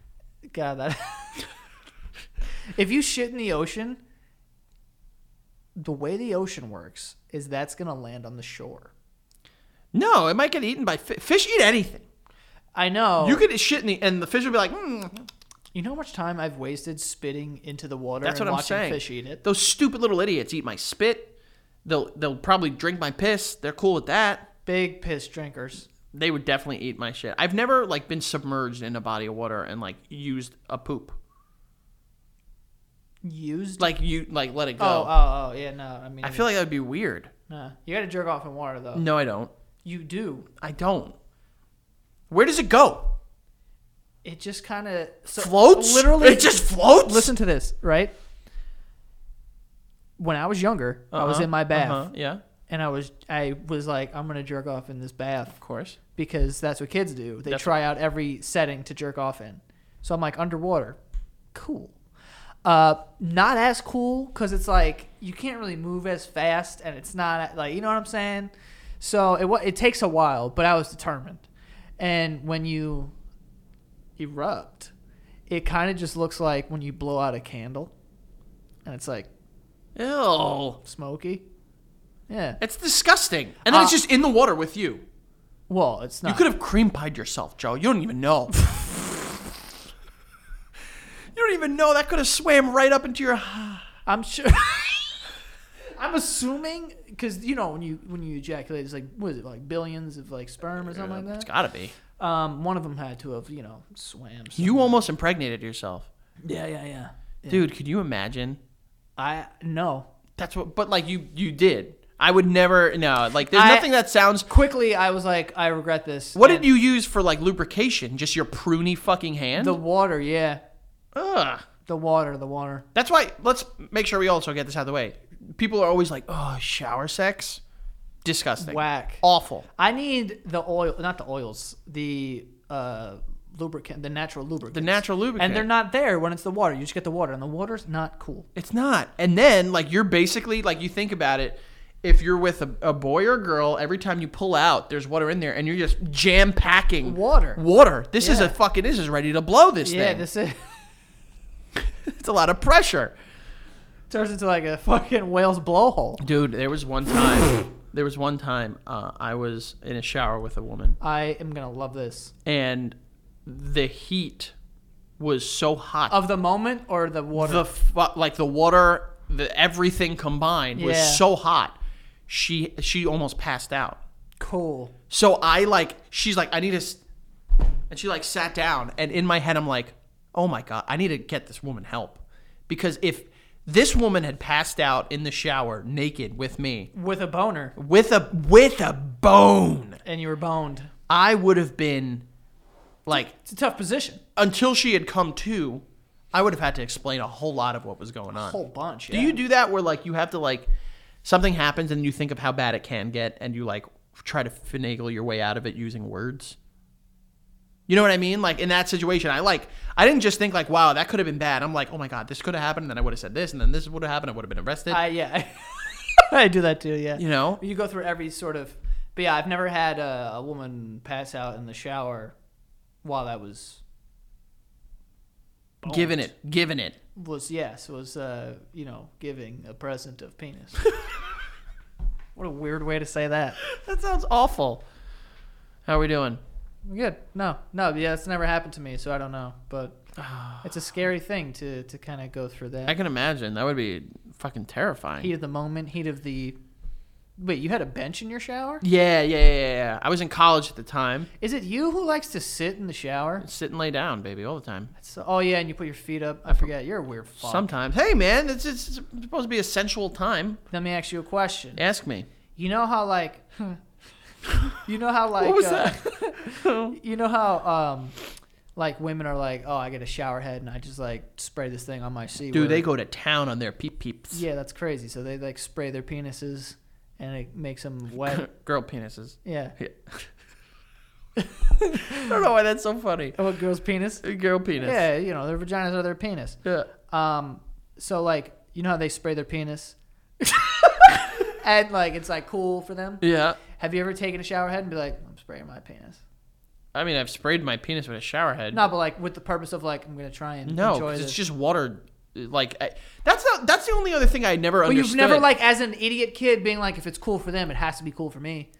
Speaker 1: God, that. if you shit in the ocean, the way the ocean works is that's going to land on the shore.
Speaker 2: No, it might get eaten by fish. Fish eat anything.
Speaker 1: I know.
Speaker 2: You could shit in the, and the fish would be like, mm.
Speaker 1: You know how much time I've wasted spitting into the water
Speaker 2: That's
Speaker 1: and
Speaker 2: what I'm
Speaker 1: watching
Speaker 2: saying.
Speaker 1: fish eat it?
Speaker 2: those stupid little idiots eat my spit. They'll they'll probably drink my piss. They're cool with that.
Speaker 1: Big piss drinkers.
Speaker 2: They would definitely eat my shit. I've never like been submerged in a body of water and like used a poop.
Speaker 1: Used.
Speaker 2: Like you like let it go.
Speaker 1: oh, oh, oh, yeah, no. I mean,
Speaker 2: I feel Mm. like that would be weird.
Speaker 1: nah. you got to jerk off in water, though.
Speaker 2: No, I don't.
Speaker 1: You do.
Speaker 2: I don't. Where does it go?
Speaker 1: It just kind of so
Speaker 2: floats?
Speaker 1: Literally,
Speaker 2: It just floats?
Speaker 1: listen to this, right? When I was younger, I was
Speaker 2: Uh-huh,
Speaker 1: in my bath,
Speaker 2: uh-huh, Yeah,
Speaker 1: and I was I was like, I'm gonna jerk off in this bath
Speaker 2: of course.
Speaker 1: because that's what kids do. They
Speaker 2: Definitely.
Speaker 1: try out every setting to jerk off in. So I'm like underwater, cool. Uh, not as cool because it's like you can't really move as fast, and it's not like you know what I'm saying. So it wa- it takes a while, but I was determined. And when you erupt, it kind of just looks like when you blow out a candle, and it's like
Speaker 2: Ew.
Speaker 1: smoky. Yeah.
Speaker 2: It's disgusting. And then it's
Speaker 1: Uh,
Speaker 2: just in the water with you.
Speaker 1: Well, it's not.
Speaker 2: You could have cream pied yourself, Joe. You don't even know. you don't even know. That could have swam right up into your.
Speaker 1: I'm sure. I'm assuming because you know when you when you ejaculate, it's like what is it like billions of like sperm or something
Speaker 2: It's
Speaker 1: like
Speaker 2: gotta be.
Speaker 1: that. Um, one of them had to have you know swam.
Speaker 2: You almost impregnated yourself,
Speaker 1: yeah, yeah, yeah, Yeah.
Speaker 2: dude. Could you imagine?
Speaker 1: I no.
Speaker 2: That's what. But like you, you did. I would never. No, like there's
Speaker 1: I-
Speaker 2: nothing that sounds.
Speaker 1: Quickly, I was like, I regret this.
Speaker 2: What
Speaker 1: and
Speaker 2: did you use for like lubrication? Just your pruny fucking hand.
Speaker 1: The water, yeah,
Speaker 2: Ugh.
Speaker 1: the water, the water.
Speaker 2: That's why let's make sure we also get this out of the way. People are always like, "Oh, shower sex, disgusting,
Speaker 1: Whack.
Speaker 2: awful."
Speaker 1: I need the oil, not the oils, the uh, lubricant, the natural lubricant,
Speaker 2: The natural lubricant.
Speaker 1: and they're not there when it's the water. You just get the water, and the water's not cool.
Speaker 2: It's not. And then like you're basically like you think about it. If you're with a, a boy or girl, every time you pull out, there's water in there, and you're just jam packing
Speaker 1: Water.
Speaker 2: Water. This is a
Speaker 1: Yeah.
Speaker 2: fucking. This is ready to blow. This
Speaker 1: Yeah,
Speaker 2: thing.
Speaker 1: this is.
Speaker 2: it's a lot of pressure.
Speaker 1: turns into like a fucking whale's blowhole.
Speaker 2: Dude, there was one time. there was one time uh, I was in a shower with a woman,
Speaker 1: I am gonna love this.
Speaker 2: and the heat was so hot.
Speaker 1: Of the moment or the water?
Speaker 2: the fu- like the water, the everything combined was
Speaker 1: Yeah.
Speaker 2: so hot. She she almost passed out.
Speaker 1: cool.
Speaker 2: So I like she's like I need to, s-" and she like sat down, and in my head I'm like, oh my god, I need to get this woman help because if this woman had passed out in the shower naked with me
Speaker 1: With a boner,
Speaker 2: with a with a bone,
Speaker 1: and you were boned.
Speaker 2: I would have been like
Speaker 1: It's a tough position.
Speaker 2: until she had come to, I would have had to explain a whole lot of what was going on.
Speaker 1: A whole bunch.
Speaker 2: Do you do that where like you have to like something happens and you think of how bad it can get and you like try to finagle your way out of it using words? You know what I mean? Like in that situation, I like I didn't just think like, wow, that could have been bad. I'm like, oh my god, this could have happened, and then I would have said this, and then this would have happened, I would have been arrested.
Speaker 1: I yeah. I do that too. Yeah.
Speaker 2: you know?
Speaker 1: You go through every sort of. But yeah, I've never had a, a woman pass out in the shower while that was
Speaker 2: Giving it, giving it.
Speaker 1: was yes was uh you know giving a present of penis. what a weird way to say that.
Speaker 2: That sounds awful. How are we doing?
Speaker 1: Good. No, no, yeah, it's never happened to me, so I don't know. But it's a scary thing to to kind of go through that
Speaker 2: I can imagine. That would be fucking terrifying.
Speaker 1: heat of the moment, heat of the. Wait, you had a bench in your shower?
Speaker 2: Yeah, yeah, yeah, yeah, yeah. I was in college at the time.
Speaker 1: Is it you who likes to sit in the shower?
Speaker 2: Sit and lay down, baby, all the time.
Speaker 1: So, oh yeah, and you put your feet up. I forget. You're a weird fuck.
Speaker 2: Sometimes. Hey, man, it's, it's supposed to be a sensual time.
Speaker 1: Let me ask you a question.
Speaker 2: Ask me.
Speaker 1: You know how like. you know how like.
Speaker 2: what was
Speaker 1: uh,
Speaker 2: that?
Speaker 1: You know how um, like women are like, oh, I get a shower head and I just like spray this thing on my seat.
Speaker 2: Dude, they go to town on their peep peeps.
Speaker 1: Yeah, that's crazy. So they like spray their penises and it makes them wet.
Speaker 2: Girl penises.
Speaker 1: yeah.
Speaker 2: Yeah. I don't know why that's so funny.
Speaker 1: Oh, a girl's penis?
Speaker 2: Girl penis.
Speaker 1: Yeah, you know, their vaginas are their penis.
Speaker 2: Yeah.
Speaker 1: Um, so like, you know how they spray their penis? and like, it's like cool for them.
Speaker 2: Yeah.
Speaker 1: Have you ever taken a shower head and be like, I'm spraying my penis?
Speaker 2: I mean, I've sprayed my penis with a shower head.
Speaker 1: No, but like with the purpose of like, I'm going to try and
Speaker 2: no,
Speaker 1: enjoy
Speaker 2: 'cause
Speaker 1: this.
Speaker 2: it's just water like I, that's not that's the only other thing I never
Speaker 1: But
Speaker 2: understood.
Speaker 1: you've never like, as an idiot kid, being like, if it's cool for them, it has to be cool for me.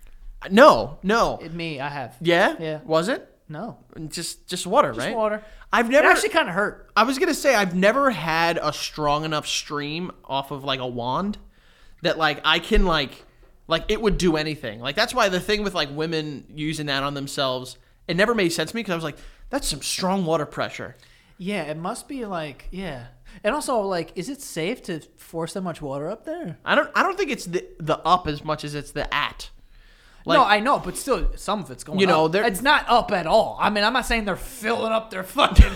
Speaker 2: no no
Speaker 1: It, me, I have.
Speaker 2: yeah
Speaker 1: Yeah.
Speaker 2: was it
Speaker 1: No,
Speaker 2: just just water
Speaker 1: just
Speaker 2: right
Speaker 1: water.
Speaker 2: I've
Speaker 1: It
Speaker 2: never
Speaker 1: actually kind of hurt.
Speaker 2: I was gonna say I've never had a strong enough stream off of like a wand that like I can like like it would do anything. Like that's why the thing with like women using that on themselves it never made sense to me because I was like that's some strong water pressure.
Speaker 1: Yeah, it must be like, yeah. And also, like, is it safe to force that much water up there?
Speaker 2: I don't I don't think it's the the up as much as it's the at. Like-
Speaker 1: no, I know, but still, some of it's going.
Speaker 2: You know,
Speaker 1: up.
Speaker 2: they're-
Speaker 1: it's not up at all. I mean, I'm not saying they're filling up their fucking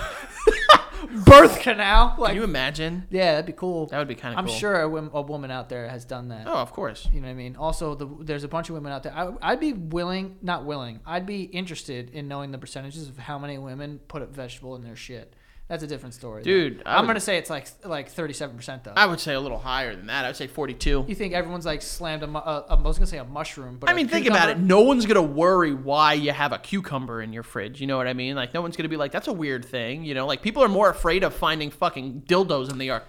Speaker 1: birth canal. Like,
Speaker 2: Can you imagine?
Speaker 1: yeah, that'd be cool.
Speaker 2: That would be kind of
Speaker 1: I'm
Speaker 2: cool.
Speaker 1: sure a, wom- a woman out there has done that.
Speaker 2: Oh, of course.
Speaker 1: You know what I mean? Also, the, there's a bunch of women out there. I, I'd be willing, not willing, I'd be interested in knowing the percentages of how many women put a vegetable in their shit. That's a different story, though.
Speaker 2: Dude, I
Speaker 1: I'm
Speaker 2: would-
Speaker 1: gonna say it's like like 37 percent though.
Speaker 2: I would say a little higher than that. I would say 42.
Speaker 1: you think everyone's like slammed a, mu- a, a I was gonna say a mushroom, but
Speaker 2: I
Speaker 1: a
Speaker 2: mean, think about it.
Speaker 1: cucumber?
Speaker 2: No one's gonna worry why you have a cucumber in your fridge. You know what I mean? Like, no one's gonna be like, "That's a weird thing." You know, like people are more afraid of finding fucking dildos than they are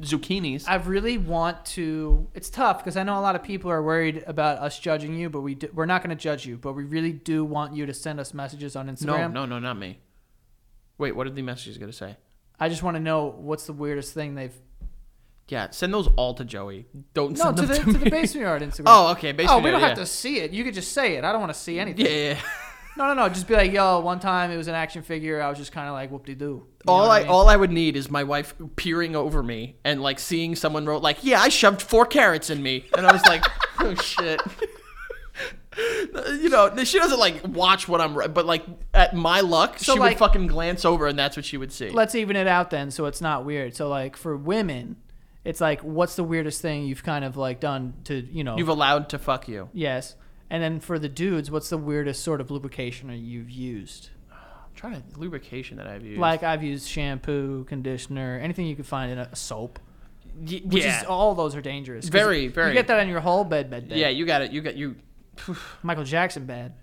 Speaker 2: zucchinis.
Speaker 1: I really want to. It's tough because I know a lot of people are worried about us judging you, but we do, we're not gonna judge you. But we really do want you to send us messages on
Speaker 2: no,
Speaker 1: Instagram.
Speaker 2: no, no, not me. Wait, what are the messages gonna say?
Speaker 1: I just want to know what's the weirdest thing they've.
Speaker 2: Yeah, send those all to Joey. Don't
Speaker 1: No,
Speaker 2: send
Speaker 1: to
Speaker 2: them
Speaker 1: the
Speaker 2: to,
Speaker 1: to,
Speaker 2: me.
Speaker 1: the basement yard Instagram.
Speaker 2: oh, okay. Basically,
Speaker 1: oh, we don't have to see it. You could just say it. I don't want to see anything.
Speaker 2: Yeah, yeah. yeah.
Speaker 1: No, no, no. Just be like, yo, one time it was an action figure. I was just kind of like, whoop de doo.
Speaker 2: all I, all I would need is my wife peering over me and like seeing someone wrote like, "Yeah, I shoved four carrots in me," and I was like, "Oh shit." You know, she doesn't like watch what I'm, ri- but like at my luck,
Speaker 1: So,
Speaker 2: she
Speaker 1: like-
Speaker 2: would fucking glance over, and that's what she would see.
Speaker 1: Let's even it out then so it's not weird. So, like, for women, it's like, what's the weirdest thing you've kind of like done to, you know,
Speaker 2: You've allowed to fuck you.
Speaker 1: yes. And then for the dudes, what's the weirdest sort of lubrication you've used?
Speaker 2: I'm trying to lubrication that I've used.
Speaker 1: Like, I've used shampoo, conditioner, anything you could find in a soap.
Speaker 2: Y-
Speaker 1: Which
Speaker 2: yeah,
Speaker 1: is all those are dangerous. 'Cause
Speaker 2: Very,
Speaker 1: you-
Speaker 2: very.
Speaker 1: You get that on your whole bed, bed, bed.
Speaker 2: yeah. You got it. You got you.
Speaker 1: Michael Jackson bad.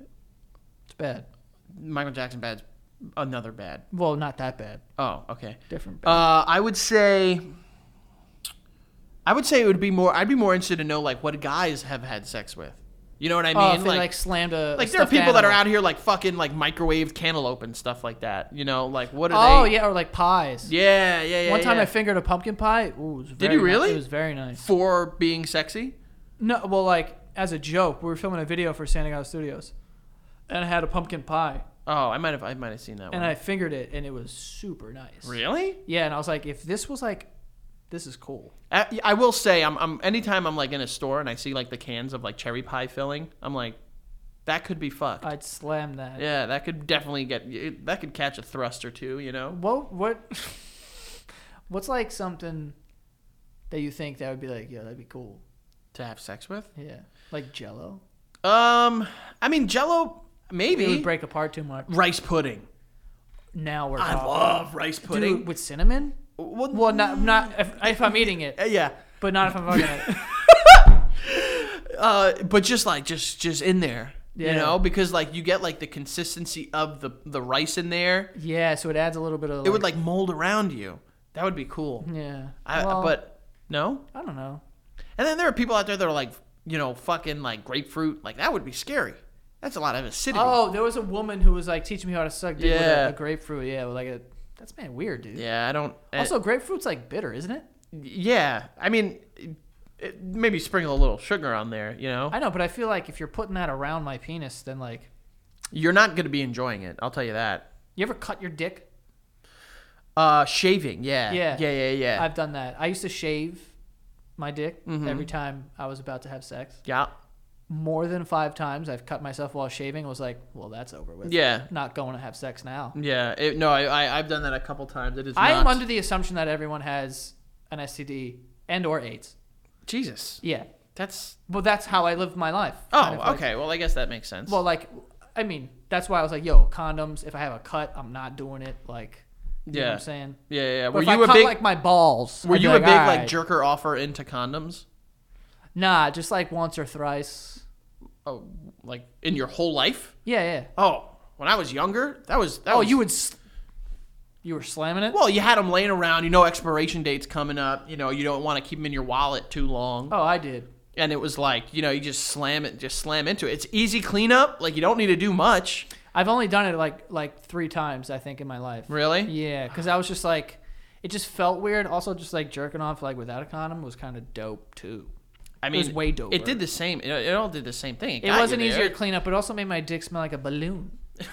Speaker 1: It's bad.
Speaker 2: Michael Jackson bad's another bad.
Speaker 1: Well, not that bad.
Speaker 2: Oh, okay.
Speaker 1: Different bad.
Speaker 2: Uh, I would say. I would say it would be more. I'd be more interested to know like what guys have had sex with. You know what I
Speaker 1: oh,
Speaker 2: mean?
Speaker 1: if they, like, slammed a
Speaker 2: like
Speaker 1: a
Speaker 2: there are
Speaker 1: stuffed
Speaker 2: people that are
Speaker 1: animal.
Speaker 2: out here like fucking like microwaved cantaloupe and stuff like that. You know, like what are
Speaker 1: Oh
Speaker 2: they?
Speaker 1: yeah, or like pies.
Speaker 2: yeah, yeah, yeah.
Speaker 1: One time
Speaker 2: yeah.
Speaker 1: I fingered a pumpkin pie. Ooh, it was very
Speaker 2: you
Speaker 1: ni-
Speaker 2: really?
Speaker 1: it was very nice.
Speaker 2: for being sexy.
Speaker 1: No, well, like as a joke, we were filming a video for San Diego Studios, and I had a pumpkin pie,
Speaker 2: Oh, I might have I might have seen that
Speaker 1: and
Speaker 2: one.
Speaker 1: I fingered it, and it was super nice.
Speaker 2: Uh-huh. really?
Speaker 1: Yeah, and I was like, if this was like, this is cool.
Speaker 2: I, I will say I'm, I'm anytime I'm like in a store and I see like the cans of like cherry pie filling, I'm like, that could be fucked.
Speaker 1: I'd slam that.
Speaker 2: yeah, that could definitely get it- that could catch a thrust or two. You know.
Speaker 1: What? What? what's like something that you think that would be like? Yeah, that'd be cool.
Speaker 2: to have sex with?
Speaker 1: Yeah, like Jello.
Speaker 2: Um, I mean Jello,
Speaker 1: It
Speaker 2: maybe
Speaker 1: would break apart too much.
Speaker 2: rice pudding.
Speaker 1: Now we're
Speaker 2: I
Speaker 1: talking.
Speaker 2: love rice pudding.
Speaker 1: Oh. Dude, with cinnamon.
Speaker 2: well,
Speaker 1: Well, mm. not not if, if I'm eating it,
Speaker 2: uh, yeah,
Speaker 1: but not if I'm fucking it.
Speaker 2: uh, but just like just just in there,
Speaker 1: Yeah.
Speaker 2: you know, because like you get like the consistency of the the rice in there.
Speaker 1: Yeah, so it adds a little bit of. Like,
Speaker 2: It would like mold around you. That would be cool.
Speaker 1: Yeah.
Speaker 2: I,
Speaker 1: Mm-hmm. Well,
Speaker 2: but no.
Speaker 1: I don't know.
Speaker 2: And then there are people out there that are like you know fucking like grapefruit. Like that would be scary. That's a lot of acidity.
Speaker 1: Oh, there was a woman who was like teaching me how to suck dick with
Speaker 2: Yeah.
Speaker 1: a- a, grapefruit. Yeah, with like a. That's man weird, dude.
Speaker 2: Yeah, I don't. eh,
Speaker 1: Also, grapefruit's like bitter, isn't it?
Speaker 2: yeah, I mean, it- it, maybe sprinkle a little sugar on there. You know.
Speaker 1: I know, but I feel like if you're putting that around my penis, then like,
Speaker 2: You're not going to be enjoying it. I'll tell you that.
Speaker 1: you ever cut your dick?
Speaker 2: Uh, shaving, yeah,
Speaker 1: Yeah.
Speaker 2: yeah, yeah, yeah. Mm-hmm.
Speaker 1: I've done that. I used to shave my dick every time I was about to have sex.
Speaker 2: yeah,
Speaker 1: More than five times, I've cut myself while shaving. I was like, well, that's over with.
Speaker 2: yeah,
Speaker 1: Not going to have sex now.
Speaker 2: yeah. It- no, I, I, I've done that a couple times. It is.
Speaker 1: I am
Speaker 2: not-
Speaker 1: under the assumption that everyone has an STD and or AIDS.
Speaker 2: Jesus.
Speaker 1: Yeah,
Speaker 2: That's.
Speaker 1: well, that's how I lived my life.
Speaker 2: Oh,
Speaker 1: kind of like-
Speaker 2: okay. Well, I guess that makes sense.
Speaker 1: well, like, I mean, that's why I was like, yo, condoms. If I have a cut, I'm not doing it. Like, you know what
Speaker 2: Yeah.
Speaker 1: I'm saying.
Speaker 2: yeah, yeah. yeah.
Speaker 1: But
Speaker 2: Were
Speaker 1: if I
Speaker 2: you a
Speaker 1: cut
Speaker 2: big?
Speaker 1: like my balls?
Speaker 2: were
Speaker 1: I'd be
Speaker 2: you a big like
Speaker 1: "Alright."
Speaker 2: jerker offer into condoms?
Speaker 1: Nah, just like once or thrice.
Speaker 2: Oh, like in your whole life?
Speaker 1: Yeah, yeah.
Speaker 2: Oh, when I was younger, that was. That
Speaker 1: Oh,
Speaker 2: was,
Speaker 1: you would s- You were slamming it.
Speaker 2: Well, you had them laying around. You know, expiration dates coming up. You know, you don't want to keep them in your wallet too long.
Speaker 1: Oh, I did.
Speaker 2: And it was like, you know, you just slam it, just slam into it. It's easy cleanup. Like you don't need to do much,
Speaker 1: I've only done it like like three times I think in my life.
Speaker 2: really.
Speaker 1: Yeah, because I was just like, it just felt weird. Also, just like jerking off like without a condom was kind of dope too.
Speaker 2: I
Speaker 1: was way doper.
Speaker 2: It did the same. It, it all did the same thing.
Speaker 1: It wasn't easier to clean up. It also made my dick smell like a balloon.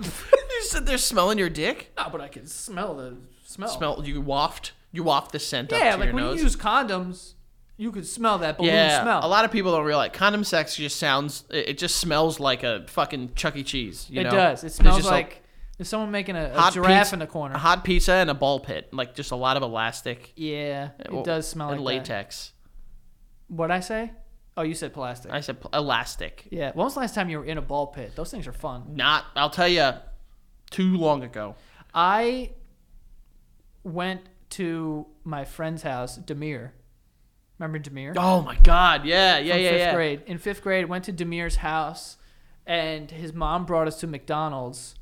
Speaker 2: you sit there smelling your dick.
Speaker 1: No, but I could smell the smell.
Speaker 2: Smell. You waft. You waft the scent up to
Speaker 1: Oh. Yeah,
Speaker 2: your
Speaker 1: like when
Speaker 2: nose.
Speaker 1: you use condoms, you could smell that balloon
Speaker 2: yeah,
Speaker 1: smell.
Speaker 2: a lot of people don't realize condom sex just sounds. It, it just smells like a fucking Chuck E. Cheese. You
Speaker 1: it
Speaker 2: know?
Speaker 1: does. It
Speaker 2: It's
Speaker 1: smells
Speaker 2: just a
Speaker 1: like there's someone making a, a
Speaker 2: hot
Speaker 1: giraffe
Speaker 2: pizza-
Speaker 1: in the corner.
Speaker 2: a hot pizza and a ball pit. Like just a lot of elastic.
Speaker 1: yeah, it
Speaker 2: well,
Speaker 1: does smell like
Speaker 2: and
Speaker 1: that.
Speaker 2: latex.
Speaker 1: What'd I say? Oh, you said plastic.
Speaker 2: I said pl- elastic.
Speaker 1: yeah. When was the last time you were in a ball pit? Those things are fun.
Speaker 2: Not. I'll tell you. Too long ago.
Speaker 1: I went to my friend's house, Demir. Remember Demir?
Speaker 2: Oh my god. Yeah. Yeah.
Speaker 1: From
Speaker 2: yeah.
Speaker 1: fifth
Speaker 2: yeah.
Speaker 1: grade. In fifth grade, went to Demir's house, and his mom brought us to McDonald's,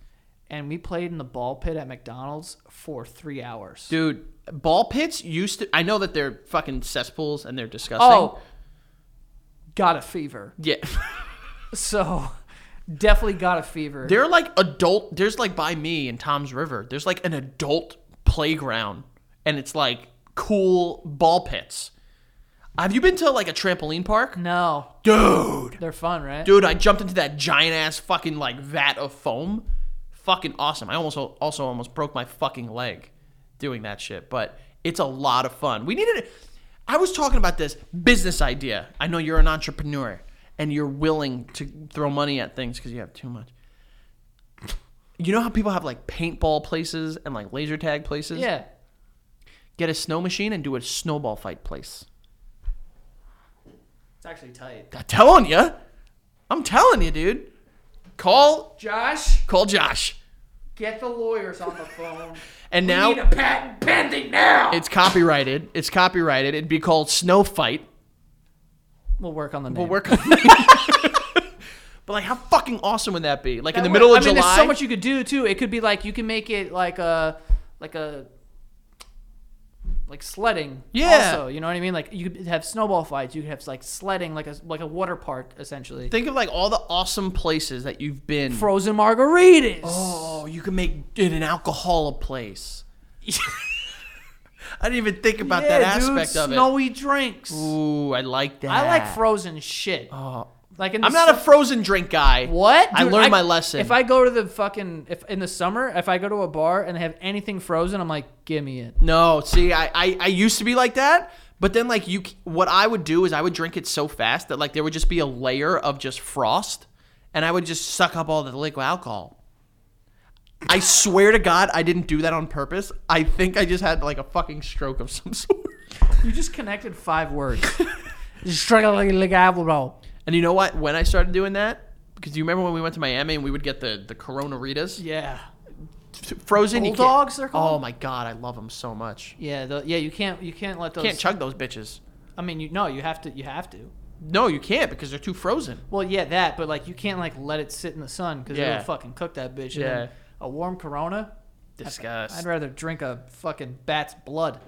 Speaker 1: and we played in the ball pit at McDonald's for three hours.
Speaker 2: Dude, ball pits used to. I know that they're fucking cesspools and they're disgusting.
Speaker 1: oh, got a fever.
Speaker 2: yeah,
Speaker 1: So definitely got a fever.
Speaker 2: they're like adult. There's like by me in Tom's River. There's like an adult playground, and it's like cool ball pits. Have you been to like a trampoline park,
Speaker 1: no,
Speaker 2: dude?
Speaker 1: they're fun, right?
Speaker 2: Dude, I jumped into that giant ass fucking like vat of foam. Fucking awesome. I almost also almost broke my fucking leg doing that shit, but it's a lot of fun. We needed I was talking about this business idea. I know you're an entrepreneur and you're willing to throw money at things cuz you have too much. You know how people have like paintball places and like laser tag places?
Speaker 1: Yeah.
Speaker 2: Get a snow machine and do a snowball fight place.
Speaker 1: It's actually tight.
Speaker 2: I'm telling you. I'm telling you, dude. Call
Speaker 1: Josh,
Speaker 2: call Josh.
Speaker 1: get the lawyers on the phone.
Speaker 2: And now
Speaker 1: patent pending now.
Speaker 2: It's copyrighted. It's copyrighted. It'd be called Snow Fight.
Speaker 1: We'll work on the name.
Speaker 2: We'll work on But like, how fucking awesome would that be? Like in the
Speaker 1: That
Speaker 2: middle
Speaker 1: would-
Speaker 2: of
Speaker 1: I mean,
Speaker 2: July.
Speaker 1: there's so much you could do too. It could be like you can make it like a like a like sledding.
Speaker 2: Yeah.
Speaker 1: Also, you know what I mean? Like you could have snowball fights. You could have like sledding, like a like a water park essentially.
Speaker 2: Think of like all the awesome places that you've been.
Speaker 1: Frozen margaritas.
Speaker 2: oh, you can make it an alcohol place. I didn't even think about that
Speaker 1: Yeah, dude,
Speaker 2: aspect of
Speaker 1: Snowy drinks.
Speaker 2: it. Ooh, I like that.
Speaker 1: I like frozen shit.
Speaker 2: Oh.
Speaker 1: Like in the
Speaker 2: I'm not a frozen drink guy.
Speaker 1: What?
Speaker 2: I
Speaker 1: Dude,
Speaker 2: learned my lesson.
Speaker 1: If I go to the fucking if in the summer, if I go to a bar and they have anything frozen, I'm like, give me it.
Speaker 2: No, see, I, I, I used to be like that, but then like you, c- what I would do is I would drink it so fast that like there would just be a layer of just frost, and I would just suck up all the liquid alcohol. I swear to God, I didn't do that on purpose. I think I just had like a fucking stroke of some sort.
Speaker 1: You just connected five words. Just struggle like a gavel roll.
Speaker 2: And you know what? When I started doing that, because you remember when we went to Miami and we would get the the Corona Ritas,
Speaker 1: Yeah.
Speaker 2: frozen you can't-
Speaker 1: Bulldogs, they're
Speaker 2: Oh
Speaker 1: called?
Speaker 2: my God, I love them so much.
Speaker 1: Yeah, the, yeah. You can't you can't let those.
Speaker 2: Can't chug those bitches.
Speaker 1: I mean, you no, you have to you have to.
Speaker 2: No, you can't because they're too frozen.
Speaker 1: Well, yeah, that, but like you can't like let it sit in the sun because
Speaker 2: Yeah.
Speaker 1: it'll fucking cook that bitch. And
Speaker 2: Yeah.
Speaker 1: then a warm Corona.
Speaker 2: Disgust.
Speaker 1: I'd rather drink a fucking bat's blood.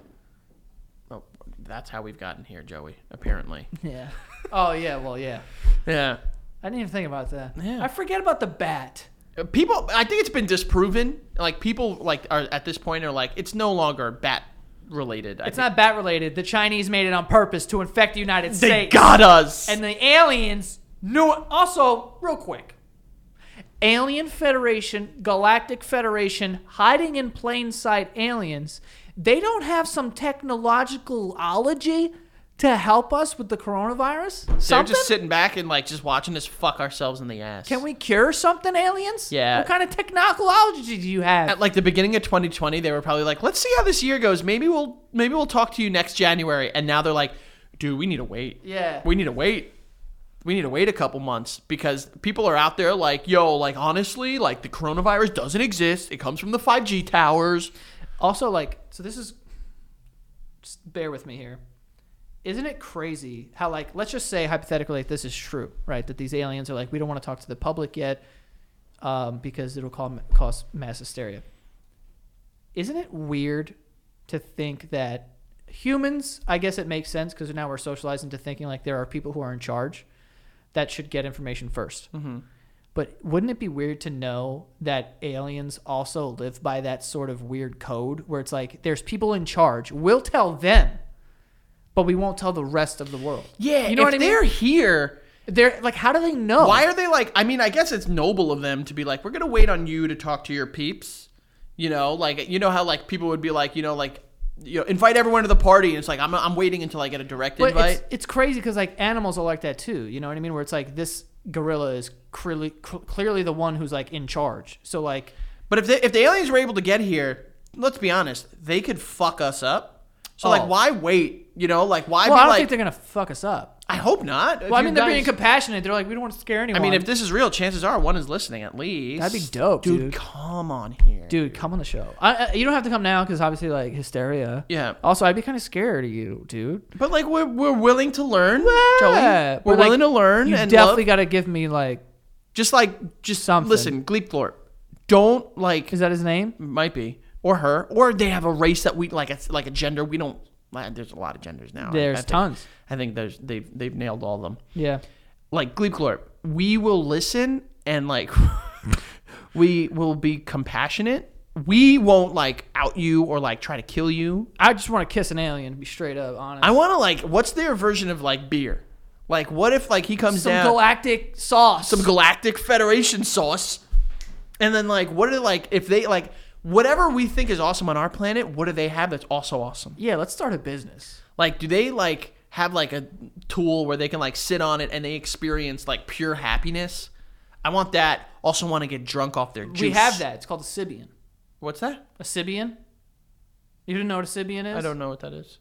Speaker 2: Oh, that's how we've gotten here, Joey. Apparently.
Speaker 1: Yeah. oh yeah. Well yeah.
Speaker 2: Yeah.
Speaker 1: I didn't even think about that.
Speaker 2: Yeah.
Speaker 1: I forget about the bat.
Speaker 2: People, I think it's been disproven. Like people, like are at this point are like it's no longer bat related. I
Speaker 1: It's
Speaker 2: think.
Speaker 1: not bat related. The Chinese made it on purpose to infect the United
Speaker 2: They
Speaker 1: States.
Speaker 2: got us.
Speaker 1: And the aliens knew it. Also, real quick Alien Federation, Galactic Federation, hiding in plain sight aliens, they don't have some technologicalology to help us with the coronavirus?
Speaker 2: they're
Speaker 1: Something?
Speaker 2: just sitting back and like just watching us fuck ourselves in the ass.
Speaker 1: Can we cure something, aliens?
Speaker 2: Yeah.
Speaker 1: What kind of technologicalology do you have?
Speaker 2: At like the beginning of 2020, they were probably like, "Let's see how this year goes. Maybe we'll maybe we'll talk to you next January." And now they're like, "Dude, we need to wait.
Speaker 1: Yeah.
Speaker 2: we need to wait. We need to wait a couple months because people are out there like, yo, like honestly, like the coronavirus doesn't exist. It comes from the 5G towers.
Speaker 1: Also, like, so this is. Just bear with me here. Isn't it crazy how, like, let's just say hypothetically, if this is true, right? That these aliens are like, we don't want to talk to the public yet um, because it'll call, cause mass hysteria. isn't it weird to think that humans, I guess it makes sense because now we're socialized into thinking like there are people who are in charge that should get information 1st
Speaker 2: Mm-hmm.
Speaker 1: But wouldn't it be weird to know that aliens also live by that sort of weird code where it's like there's people in charge, we'll tell them, but we won't tell the rest of the world.
Speaker 2: Yeah,
Speaker 1: you know
Speaker 2: if
Speaker 1: what I mean.
Speaker 2: they're here,
Speaker 1: They're like, how do they know?
Speaker 2: why are they like? I mean, I guess it's noble of them to be like, we're gonna wait on you to talk to your peeps. You know, like you know how like people would be like, you know, like you know, invite everyone to the party, and it's like I'm I'm waiting until I get a direct
Speaker 1: But
Speaker 2: invite.
Speaker 1: it's, it's crazy because like animals are like that too. You know what I mean? Where it's like this gorilla is clearly cl- clearly the one who's like in charge. So like,
Speaker 2: But if they, if the aliens were able to get here, let's be honest, they could fuck us up. So
Speaker 1: Oh.
Speaker 2: like, why wait? You know, like why
Speaker 1: well, I
Speaker 2: be
Speaker 1: don't
Speaker 2: like?
Speaker 1: think they're gonna fuck us up.
Speaker 2: I hope not. If
Speaker 1: Well, I
Speaker 2: you
Speaker 1: mean, they're
Speaker 2: guys-
Speaker 1: being compassionate. They're like, we don't want to scare
Speaker 2: I
Speaker 1: anyone.
Speaker 2: mean, if this is real, chances are one is listening at least.
Speaker 1: That'd be dope, dude.
Speaker 2: Come on here,
Speaker 1: dude, come on the show. I, I, you don't have to come now because obviously like hysteria.
Speaker 2: Yeah,
Speaker 1: Also, I'd be kind of scared of you, dude.
Speaker 2: but like we're we're willing to learn, Joey.
Speaker 1: Yeah,
Speaker 2: We're
Speaker 1: but, like,
Speaker 2: willing to learn
Speaker 1: You
Speaker 2: and
Speaker 1: definitely
Speaker 2: love.
Speaker 1: got to give me like,
Speaker 2: just like just
Speaker 1: Something.
Speaker 2: Listen, Gleepglorp, don't like
Speaker 1: is that his name?
Speaker 2: might be or her or they have a race that we like a, like a gender we don't. uh, There's a lot of genders now. I- I
Speaker 1: There's
Speaker 2: think-
Speaker 1: tons.
Speaker 2: I think there's they've they've nailed all of them.
Speaker 1: Yeah.
Speaker 2: like Gleepglorp, we will listen and like we will be compassionate. We won't like out you or like try to kill you.
Speaker 1: I just want to kiss an alien. Be straight up honest.
Speaker 2: I want to like what's their version of like beer? Like what if like he comes
Speaker 1: some
Speaker 2: down
Speaker 1: galactic sauce.
Speaker 2: some galactic federation sauce and then like what are like if they like whatever we think is awesome on our planet, what do they have that's also awesome?
Speaker 1: yeah, let's start a business.
Speaker 2: Like do they like have like a tool where they can like sit on it and they experience like pure happiness? I want that. Also want to get drunk off their juice.
Speaker 1: We have that. It's called a Sibian.
Speaker 2: What's that?
Speaker 1: A Sibian? You didn't know what a Sibian is?
Speaker 2: I don't know what that is.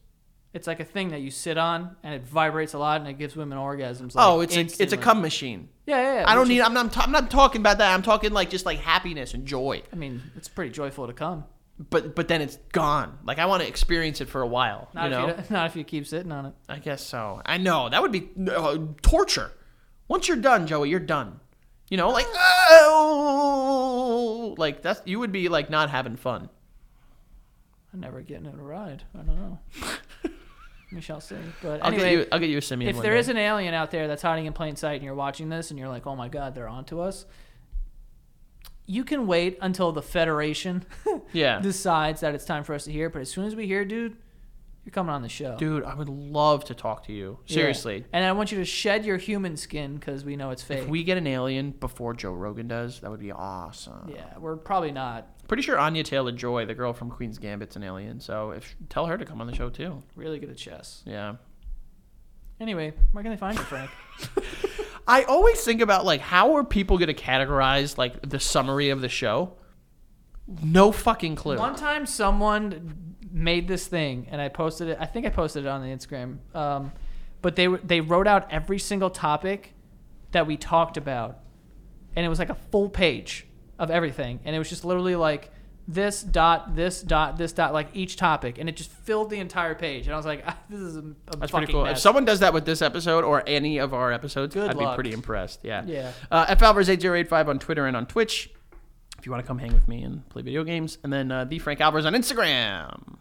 Speaker 1: It's like a thing that you sit on and it vibrates a lot and it gives women orgasms. Like,
Speaker 2: Oh, it's a it's a
Speaker 1: instantly.
Speaker 2: cum machine.
Speaker 1: Yeah, yeah, yeah.
Speaker 2: I don't
Speaker 1: which
Speaker 2: need.
Speaker 1: is-
Speaker 2: I'm not. ta- I'm not talking about that. I'm talking like just like happiness and joy.
Speaker 1: I mean, it's pretty joyful to come.
Speaker 2: But but then it's gone. Like I want to experience it for a while.
Speaker 1: Not,
Speaker 2: you
Speaker 1: if
Speaker 2: know.
Speaker 1: you, not if you keep sitting on it.
Speaker 2: I guess so. I know that would be uh, torture. Once you're done, Joey, you're done. You know, like
Speaker 1: Ah.
Speaker 2: oh, like that's you would be like not having fun.
Speaker 1: I'm never getting in a ride. I don't know. we shall see. But
Speaker 2: I'll
Speaker 1: anyway,
Speaker 2: get you. I'll get you a simian.
Speaker 1: if
Speaker 2: one
Speaker 1: there
Speaker 2: day.
Speaker 1: is an alien out there that's hiding in plain sight and you're watching this and you're like, oh my God, they're onto us, you can wait until the Federation
Speaker 2: yeah,
Speaker 1: decides that it's time for us to hear. But as soon as we hear, dude, you're coming on the show.
Speaker 2: dude, I would love to talk to you.
Speaker 1: Yeah.
Speaker 2: Seriously,
Speaker 1: And I want you to shed your human skin because we know it's fake.
Speaker 2: If we get an alien before Joe Rogan does, that would be awesome.
Speaker 1: yeah, we're probably not
Speaker 2: Pretty sure Anya Taylor Joy, the girl from Queen's Gambit's an alien, so if tell her to come on the show too.
Speaker 1: really good at chess.
Speaker 2: Yeah.
Speaker 1: Anyway, where can they find you, Frank?
Speaker 2: I always think about like how are people gonna categorize like the summary of the show? No fucking clue.
Speaker 1: One time, someone made this thing, and I posted it. I think I posted it on the Instagram. Um, but they were- they wrote out every single topic that we talked about, and it was like a full page of everything, and it was just literally like this dot this dot this dot like each topic, and it just filled the entire page. And I was like, "Ah, this is a, a
Speaker 2: That's
Speaker 1: fucking
Speaker 2: pretty cool.
Speaker 1: mess.
Speaker 2: If someone does that with this episode or any of our episodes,
Speaker 1: Good
Speaker 2: I'd
Speaker 1: luck.
Speaker 2: be pretty impressed. Yeah.
Speaker 1: Yeah.
Speaker 2: Uh, FAlvers8085 on Twitter and on Twitch. If you want to come hang with me and play video games, and then uh, the Frank Alvarez on Instagram.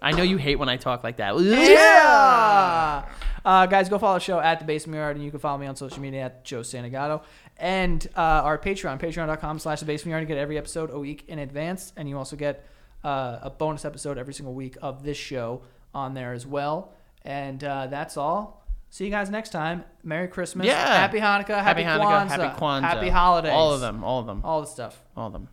Speaker 2: I know you hate when I talk like that.
Speaker 1: Yeah. Uh, guys, go follow the show at the basement yard, and you can follow me on social media at Joe Santagato and uh, our Patreon, patreon.com slash the basement yard. You get every episode a week in advance, and you also get uh, a bonus episode every single week of this show on there as well. And uh, that's all. See you guys next time. Merry Christmas.
Speaker 2: Yeah.
Speaker 1: Happy Hanukkah. Happy,
Speaker 2: Happy Hanukkah,
Speaker 1: Kwanzaa.
Speaker 2: happy Kwanzaa,
Speaker 1: Happy holidays.
Speaker 2: All of them, all of them,
Speaker 1: All the stuff.
Speaker 2: all of them.